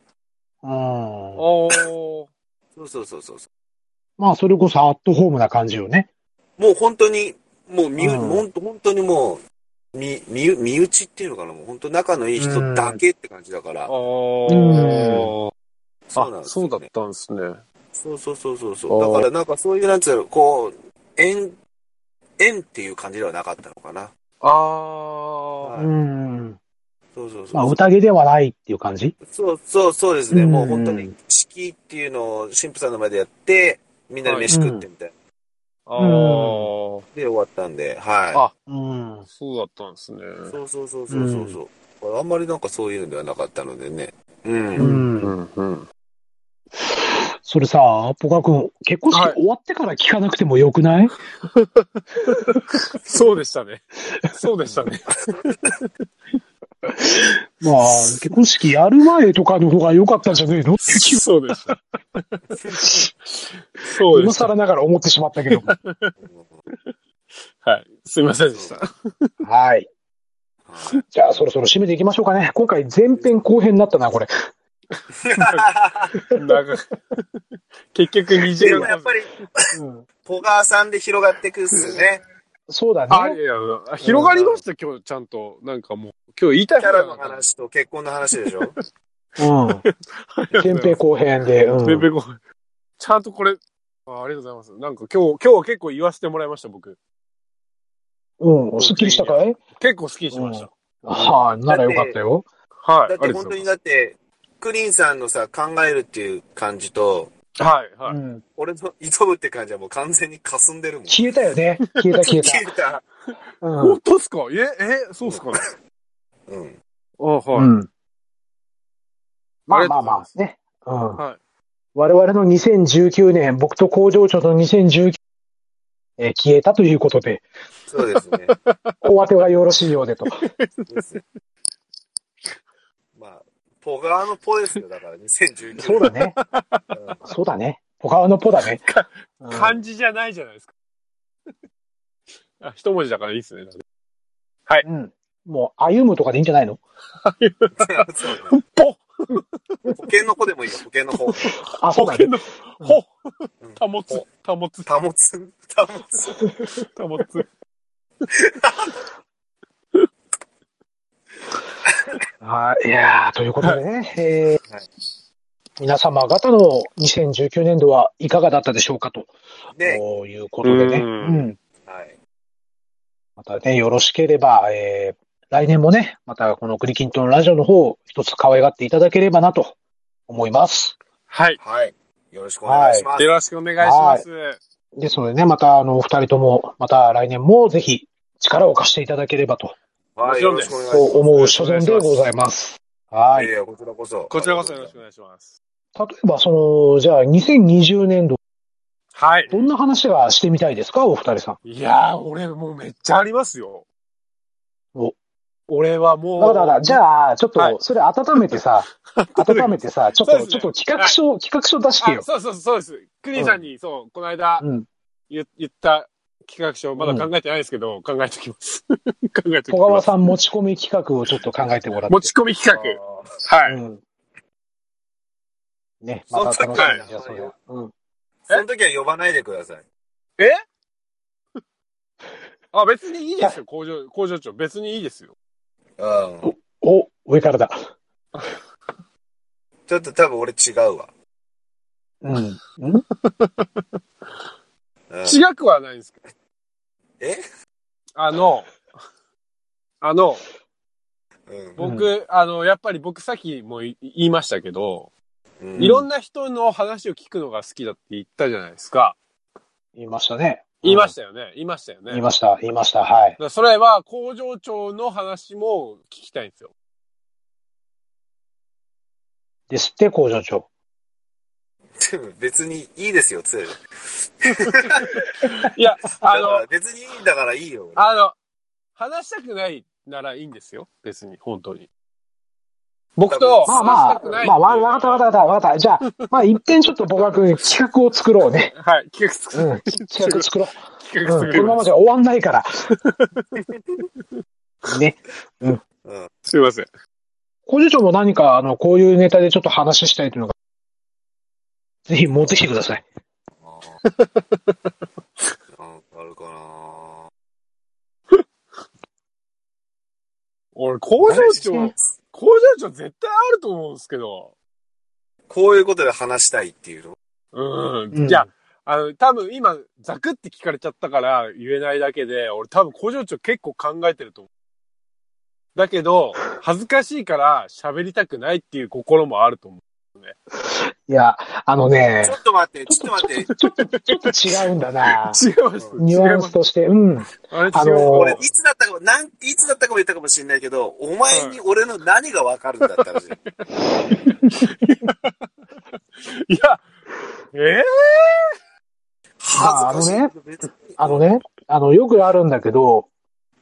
Speaker 1: うん。
Speaker 2: あ
Speaker 3: そうそうそうそう。
Speaker 1: まあ、それこそアットホームな感じよね。
Speaker 3: もう本当に、もう身、
Speaker 1: うん
Speaker 3: ほんと本当にもう、み、身、身内っていうのかなもう本当仲のいい人だけって感じだから。
Speaker 1: ん
Speaker 2: あ。
Speaker 3: そうなん
Speaker 2: あ、
Speaker 3: ですよ
Speaker 2: そう
Speaker 3: ね
Speaker 2: だったんですね。
Speaker 3: そうそうそうそうそ
Speaker 2: お
Speaker 3: う。
Speaker 2: ー
Speaker 3: だからなんかそういうなんつうの、こう、縁、縁っていう感じではなかったのかな。
Speaker 2: ああ、
Speaker 3: はい
Speaker 1: ん。
Speaker 3: そうそうそう。
Speaker 1: まあ、宴ではないっていう感じ。
Speaker 3: そうそうそうですね。
Speaker 1: うん
Speaker 3: もう本当に式っていうのを神父さんの前でやって、みんなで飯食ってみたいな。
Speaker 2: ああ、
Speaker 3: で終わったんで、はい。
Speaker 2: あ
Speaker 1: うん。
Speaker 2: そうだったんですね。
Speaker 3: そうそうそうそうそうそう。あんまりなんかそういうのではなかったのでね。うん。
Speaker 1: うん。
Speaker 2: ん、うん。
Speaker 1: それさ、ポカ君、結婚
Speaker 2: はい
Speaker 1: 式終わってから聞かなくてもよくない、
Speaker 2: そうでしたね。そう
Speaker 3: <laughs>
Speaker 2: でしたね。
Speaker 1: まあ、結婚式やる前とかの方が良かったんじゃねえの
Speaker 2: そうでした。そうで
Speaker 1: 今
Speaker 2: した。
Speaker 1: 更ながら思ってしまったけど。
Speaker 2: はい。すいませんでした。
Speaker 1: はい。
Speaker 3: はい
Speaker 1: じゃあ、そろそろ締めていきましょうかね。今回、前編後編になったな、これ。
Speaker 2: 長く結局2時
Speaker 3: でも
Speaker 2: 間
Speaker 3: やっぱり、
Speaker 1: うん、
Speaker 3: 小川さんで広がってくっすね。
Speaker 1: そうだ
Speaker 2: あ、
Speaker 1: ね
Speaker 2: い。やいや、広がりました、今日、ちゃんと。なんかもう、今日言いたい
Speaker 3: キャラ
Speaker 2: 話
Speaker 3: の話と結婚の話でしょ。
Speaker 1: うん。前編後編で。うん
Speaker 2: ペンペコちゃんとこれ、あありがとうございます。なんか今日、今日は結構言わせてもらいました、僕。
Speaker 1: うん。すっきりしたかい
Speaker 2: 結構好きにしました。
Speaker 1: はあ、ならよかったよ。
Speaker 2: はい。
Speaker 3: だっ
Speaker 2: あ
Speaker 3: て
Speaker 2: りがとう
Speaker 3: 本
Speaker 2: ご
Speaker 3: 当
Speaker 2: ざい
Speaker 3: に
Speaker 2: ま
Speaker 3: だって、クリンさんのさ、考えるっていう感じと、
Speaker 2: す。はい、はい。
Speaker 1: うん。
Speaker 3: 俺の急ぐって感じはもう完全に霞んでるもん。
Speaker 1: 消えたよね。消えた消え
Speaker 3: 消えた。
Speaker 1: た。うん
Speaker 2: 本当っすかえ、え、そうっすかね。
Speaker 3: うん。
Speaker 2: あ、はい。
Speaker 1: うん。まあまあま
Speaker 2: あ
Speaker 1: あ、ね。うん。
Speaker 2: はい
Speaker 1: 我々の2019年、僕と工場長と2019年、えー消えたということで、
Speaker 3: そうですね。
Speaker 1: お当てがよろしいようでと。
Speaker 3: ですまあ、ポガーのポですよ、だから2019年。
Speaker 1: そうだね。
Speaker 3: うん
Speaker 1: そうだね。ポカワのポだね。うん
Speaker 2: 漢字じゃないじゃないですか。 <laughs> あ、一文字だからいいっすね。はい。
Speaker 1: うん。もう、歩むとかでいいんじゃないの
Speaker 3: そう
Speaker 2: <laughs> ぽ
Speaker 3: だ保険の子でもいいよ、保険の子。
Speaker 1: あ、そう
Speaker 2: 保
Speaker 1: だね
Speaker 2: 険。の、ほ
Speaker 3: うん
Speaker 2: 保つ、保つ、
Speaker 3: 保つ、保つ。
Speaker 2: 保つ。
Speaker 1: はい。いやーということでね、えー
Speaker 3: はい
Speaker 1: 皆様方の2019年度はいかがだったでしょうかと、
Speaker 3: ね。
Speaker 1: いうことでね。
Speaker 2: う
Speaker 1: う
Speaker 2: ん
Speaker 1: ん
Speaker 3: はい。
Speaker 1: またね、よろしければ、えー、来年もね、またこのクリキントンラジオの方を一つ可愛がっていただければなと思います。
Speaker 2: はい。
Speaker 3: はい。よろしくお願いします。
Speaker 2: よろしくお願いします。
Speaker 1: ですのでね、またあの、お二人とも、また来年もぜひ力を貸していただければと
Speaker 3: はい、よろしくお願いし
Speaker 1: そう
Speaker 3: ま
Speaker 1: 思う所存でございます。は
Speaker 3: す。い
Speaker 1: い。例
Speaker 3: やいや、こちらこそ。
Speaker 2: こちらこそよろしくお願いします。
Speaker 1: えば、その、じゃあ2020年度、
Speaker 2: はい。
Speaker 1: どんな話がしてみたいですか、お二人さん。
Speaker 2: いやー、俺もうめっちゃありますよ。
Speaker 1: お
Speaker 2: 俺はもう。
Speaker 1: だから、じゃあ、ちょっ
Speaker 2: はい
Speaker 1: と、それ温めて
Speaker 2: <laughs>
Speaker 1: さ、温めてさ、ちょっ
Speaker 2: そうで
Speaker 1: と、ちょっと
Speaker 2: すね
Speaker 1: 企画書、企画書出して
Speaker 2: あ
Speaker 1: よ。
Speaker 2: そうそうそうです。クリーンさんに、そう、この間
Speaker 1: うん。
Speaker 2: 言言った企画書、まだ考えてないですけど、考えておきます。 <laughs> 考えておき
Speaker 1: 小
Speaker 2: ま
Speaker 1: 川
Speaker 2: す。
Speaker 1: さん持ち込み企画をちょっと考えてもらって
Speaker 2: 持。ち込み企画。
Speaker 3: あ
Speaker 2: はい。
Speaker 1: うんね、
Speaker 3: そ
Speaker 1: ま
Speaker 3: う
Speaker 1: た楽しみだよ、
Speaker 3: そう
Speaker 1: それは。うん。
Speaker 3: その時は呼ばないでください。
Speaker 2: えあ、別にいいですよ、工場、工場長。別にいいですよ。
Speaker 3: うん。
Speaker 1: お、上からだ。
Speaker 3: ちょっと多分俺違うわ。
Speaker 1: うん。ん
Speaker 3: うん
Speaker 2: 違くはないんですけど。
Speaker 3: え
Speaker 2: あの、あの、
Speaker 3: うん
Speaker 2: 僕、あの、やっぱり僕さっきもい言いましたけど、
Speaker 3: うん
Speaker 2: いろんな人の話を聞くのが好きだって言ったじゃないですか。
Speaker 1: 言いましたね。
Speaker 2: 言いま
Speaker 1: し
Speaker 2: したよね。言いましたよね。
Speaker 1: 言いました、言いました、はい
Speaker 2: だ。からそれは工場長の話も聞きたいんですよ。
Speaker 1: ですって、工場長。
Speaker 3: <laughs> 別にいいですよ、つー。
Speaker 2: いや、
Speaker 3: だか
Speaker 2: あ
Speaker 3: ら
Speaker 2: の、
Speaker 3: 別にいいんだからいいよ。 <laughs>
Speaker 2: あの、話したくないならいいんですよ。別に、本当に。僕と、
Speaker 1: まあま
Speaker 2: 話し
Speaker 1: あ
Speaker 2: たくない、
Speaker 1: まあ、わ、わかったわかったわかった。じ
Speaker 2: <laughs>
Speaker 1: ゃあ、まあ一点ちょっと僕は企画を作ろうね。
Speaker 2: た。はい、企画作
Speaker 1: う
Speaker 2: る。
Speaker 1: ん。企画作ろう。
Speaker 2: <laughs> 企画
Speaker 1: うん、
Speaker 2: 作る。
Speaker 1: このままじゃ終わんないから。 <laughs> ね。
Speaker 3: うん。
Speaker 2: すいません。
Speaker 1: 工場長も何か、あの、こういうネタでちょっと話したいというのが、ぜひ持ってきてください。
Speaker 3: あーなんかあるかな
Speaker 2: 俺、工場長、工場長絶対あると思うんですけど。
Speaker 3: こういうことで話したいっていうの。
Speaker 2: うん。
Speaker 1: うん
Speaker 2: いや、あの、多分今、ザクって聞かれちゃったから言えないだけで、俺多分工場長結構考えてると思う。だけど、恥ずかしいから喋りたくないっていう心もあると思う。
Speaker 1: いや、あのね
Speaker 3: ちょ、っと待って、ちょっと待って。
Speaker 1: ちょっと、ちょっと違うんだ
Speaker 2: <laughs>。
Speaker 1: な
Speaker 2: 違います。
Speaker 1: ニュアンスとして、うん。
Speaker 2: あれ違い
Speaker 1: あのー
Speaker 3: 俺、
Speaker 2: ます
Speaker 3: いつだったかも、なん、いつだったかも言ったかもしれないけど、お前に俺の何がわかるんだったらしい。
Speaker 2: いや、え
Speaker 1: ああの
Speaker 3: 恥ず
Speaker 1: ね
Speaker 3: かしい。別に
Speaker 1: あのね、あの、よくあるんだけど、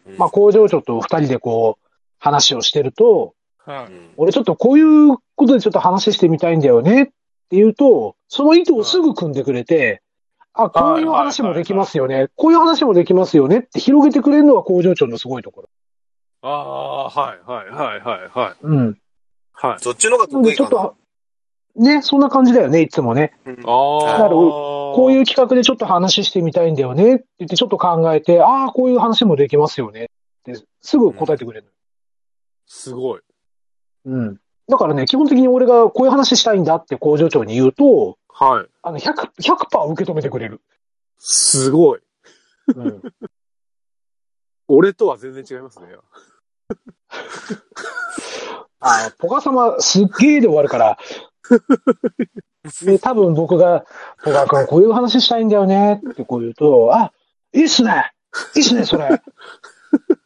Speaker 3: うん
Speaker 1: まあ、工場長と二人でこう、話をしてると、
Speaker 2: ーは
Speaker 3: う
Speaker 2: い。
Speaker 3: ん
Speaker 1: 俺ちょっとこういうことでちょっと話してみたいんだよねって言うと、その意図をすぐ組んでくれて、あ、こういう話もできますよね。こういう話もできますよねって広げてくれるのが工場長のすごいところ。
Speaker 2: ああ、はい、はい、はい、はい、はい。
Speaker 1: うん。
Speaker 2: はい。
Speaker 3: そっちの方が
Speaker 1: なん
Speaker 3: 得
Speaker 1: で
Speaker 3: 意
Speaker 1: ちょ
Speaker 3: か
Speaker 1: っ
Speaker 3: な
Speaker 1: と、ね、そんな感じだよね、いつもね。
Speaker 3: うん。
Speaker 2: ああ。。
Speaker 1: だからこういうう企画でちょっと話してみたいんだよねって言ってちょっと考えて、ああ、こういう話もできますよねってすぐ答えてくれる。
Speaker 2: すごい。
Speaker 1: うん。だからね、基本的に俺がこういう話したいんだって工場長に言うと、
Speaker 2: はい。
Speaker 1: あの、100、100%受け止めてくれる。
Speaker 2: すごい。
Speaker 1: うん。
Speaker 2: 俺とは全然違いますね。
Speaker 1: あの、ポカ様すっげーで終わる
Speaker 2: <laughs>
Speaker 1: から、で、多分僕が、ポカ君こういう話したいんだよねってこう言うと、あ、いいっすねいいっすね、それ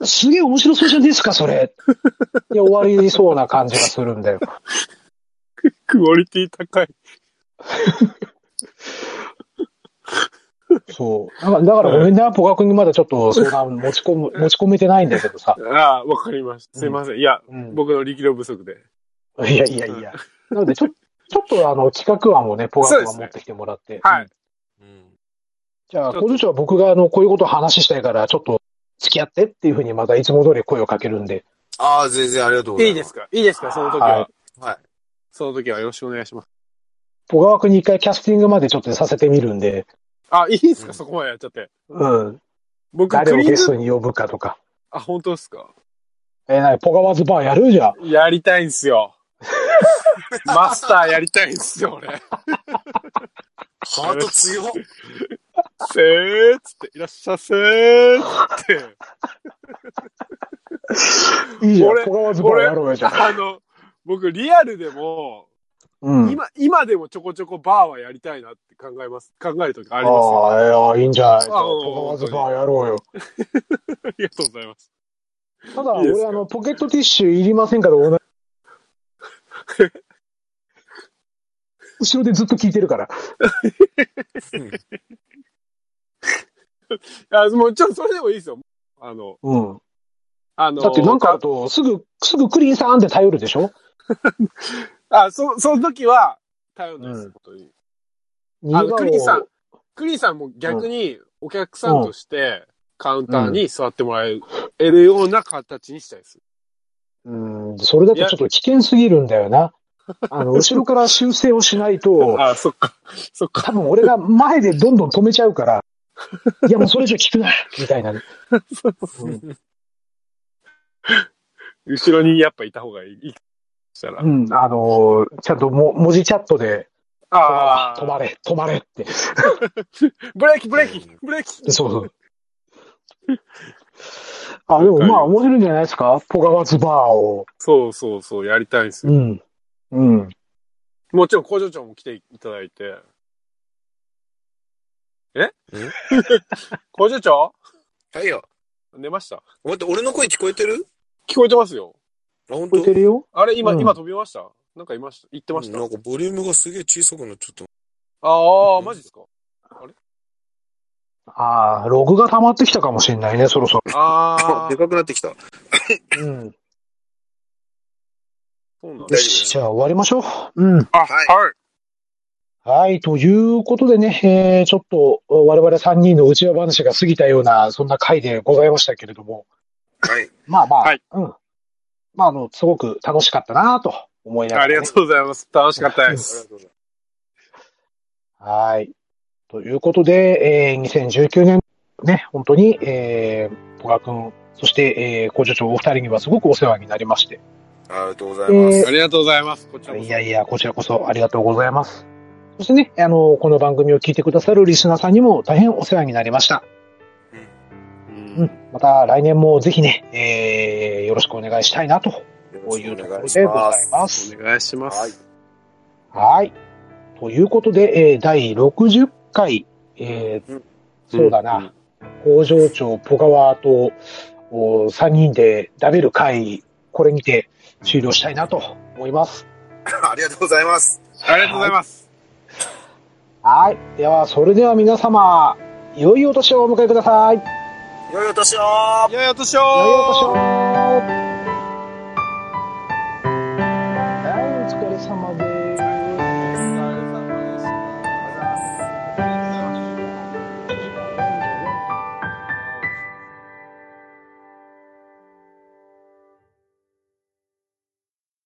Speaker 1: すげえ面白そうじゃないですか、それで、終わりそうな感じがするんだよ。
Speaker 2: クオリティ高い。
Speaker 1: そう。だから、だからごめんな、ポカ君にまだちょっと相談持ち込む、持ち込めてないんだけどさ。
Speaker 2: ああ、わかりました。すいません。いや、
Speaker 1: うん。
Speaker 2: 僕の力量不足で。
Speaker 1: いやいやいや。なので、ちょ、ちょっとあの、企画案をね、ポカ君は持ってきてもらって。
Speaker 2: は
Speaker 3: う
Speaker 2: い。
Speaker 3: ん
Speaker 1: じゃあ、工場長は僕が、あの、こういうことを話したいから、ちょっと付き合ってっていうふうに、またいつも通り声をかけるんで。
Speaker 3: ああ、全然ありがとうござ
Speaker 2: い
Speaker 3: い
Speaker 2: い
Speaker 3: ます。
Speaker 2: ですかいいですかその時は。
Speaker 3: はい。
Speaker 2: その時はよろしくお願いします。
Speaker 1: 小川君に一回キャスティングまでちょっとさせてみるんで、
Speaker 2: あ、いいですか、
Speaker 3: うん
Speaker 2: そこまでやっちゃって。
Speaker 1: うん。
Speaker 2: 僕、
Speaker 1: 誰
Speaker 2: ク
Speaker 1: を
Speaker 2: リ
Speaker 1: ゲス
Speaker 2: ー
Speaker 1: ト
Speaker 2: ム、
Speaker 1: に呼ぶかとか。
Speaker 2: あ、本当ですか
Speaker 1: えー、なに、ポガワズバーやるじゃん。
Speaker 2: やりたいんすよ。マスターやりたいんすよ、俺。
Speaker 3: ハート
Speaker 2: <laughs>
Speaker 3: 強っ。
Speaker 2: せーっつって、いらっしゃせーっつって。
Speaker 1: いいじゃん。
Speaker 2: 俺
Speaker 1: ポガワズバーやろうよ、じゃん。
Speaker 2: あの、僕、リアルでも、
Speaker 1: うん。
Speaker 2: 今、今でもちょこちょこバーはやりたいなって考えます。考える時あ
Speaker 1: あ
Speaker 2: りますよ。
Speaker 1: あー、いや、いいんじゃないじゃあ
Speaker 2: あうん
Speaker 1: ポガワズバーやろうよ。
Speaker 2: <laughs> ありがとうございます。
Speaker 1: ただ、
Speaker 2: いいで
Speaker 1: 俺、
Speaker 2: すか
Speaker 1: あの、ポケットティッシュいりませんから、同じ。後ろでずっと聞いてるから。
Speaker 2: あ、もう、ちょ、それでもいいですよ。あの、
Speaker 1: うん。
Speaker 2: あの、
Speaker 1: だって、なんかあると、すぐ、すぐクリーンさんって頼るでしょ
Speaker 2: あ、そ、その時は、頼んでます、
Speaker 1: うん
Speaker 2: 本当に。
Speaker 1: あ
Speaker 2: あの、クリーンさん、クリーンさんも逆にお客さんとして、カウンターに座ってもらえるような形にしたいです。
Speaker 1: <laughs> うん、それだとちょっと危険すぎるんだよな。あの、後ろから修正をしないと、
Speaker 2: あ、そっか。そっか。
Speaker 1: 多分俺が前でどんどん止めちゃう <laughs> から、いやもうそれ以上聞くな、みたいな。うん
Speaker 2: 後ろにやっぱいた方がいい。したら。
Speaker 1: うん、あのーちゃんとも文字チャットで、
Speaker 2: ああ、
Speaker 1: 止まれ、止まれって。
Speaker 2: ブレーキ、ブレーキ、ブレーキ。
Speaker 1: そう <laughs> そう。あ、でもまあ面白いんじゃないですかポガワズバーを。
Speaker 2: そうそうそう、やりたいんですよ。
Speaker 1: うん。うん。
Speaker 2: もちろん工場長も来ていただいて。え <laughs> 工場長
Speaker 3: はいよ。
Speaker 2: 寝ました
Speaker 3: 待って、俺の声聞こえてる
Speaker 2: 聞こえてますよ。
Speaker 3: あ、本
Speaker 1: 聞
Speaker 3: 当
Speaker 1: いてるよ
Speaker 2: あれ今、
Speaker 1: うん
Speaker 2: 今飛びましたなんかいました言ってました
Speaker 3: なんかボリュームがすげえ小さくなっちゃった。
Speaker 2: ああ、マジですか
Speaker 1: ああ、ログが溜まってきたかもしれないね、そろそ
Speaker 2: あ
Speaker 3: あ、
Speaker 1: <laughs>
Speaker 2: あ
Speaker 3: で、かくなってきた。
Speaker 1: ろ。うん。
Speaker 2: そうなん
Speaker 1: よ
Speaker 3: 大丈
Speaker 2: だ
Speaker 3: 夫
Speaker 1: し、じゃあ終わりましょう。うん。
Speaker 2: あ、
Speaker 3: はい
Speaker 2: はい。
Speaker 1: はい、ということでね、えー、ちょっと我々3人の内輪話が過ぎたような、そんな回でございましたけれども、
Speaker 3: はい。
Speaker 1: まあまあ、
Speaker 2: はい
Speaker 1: うん。まあ、あの、すごく楽しかったなと思いながら、
Speaker 2: ありがとうございます。楽しかったで
Speaker 3: ありが
Speaker 2: す。
Speaker 3: とうございます
Speaker 1: はい。ということで、えー、2019年、ね、本当に、えー、小川くん、そして、えー、工場長お二人にはすごくお世話になりまして。
Speaker 3: ありがとうございます。
Speaker 2: ありがとうございます。こちらこそ
Speaker 1: いやいや、こちらこそありがとうございます。そしてね、あの、この番組を聞いてくださるリスナーさんにも大変お世話になりました。
Speaker 2: うん
Speaker 1: うん。また来年もぜひね、えー、よろしくお願いしたいなと
Speaker 3: よろ
Speaker 1: こう
Speaker 3: し
Speaker 1: いうと
Speaker 3: くお
Speaker 1: ころ
Speaker 3: 願いし
Speaker 1: でござ
Speaker 3: ま
Speaker 1: い
Speaker 3: す。
Speaker 1: ます。
Speaker 2: お願いしま
Speaker 3: はい <laughs>
Speaker 2: す。
Speaker 1: はい。ということで、えー第60回、えー
Speaker 3: うん
Speaker 1: そうだな、工場長、ポガワーとお3人で食べる会、これにて終了したいなと思います。
Speaker 3: ありがとうございます。
Speaker 2: ありがとうございます。
Speaker 1: はい。では、それでは皆様、良いお年をお迎えください。良い
Speaker 3: 良いお年を
Speaker 2: いやいや、
Speaker 1: お
Speaker 2: 私
Speaker 1: 年
Speaker 2: は。
Speaker 1: を
Speaker 2: uh,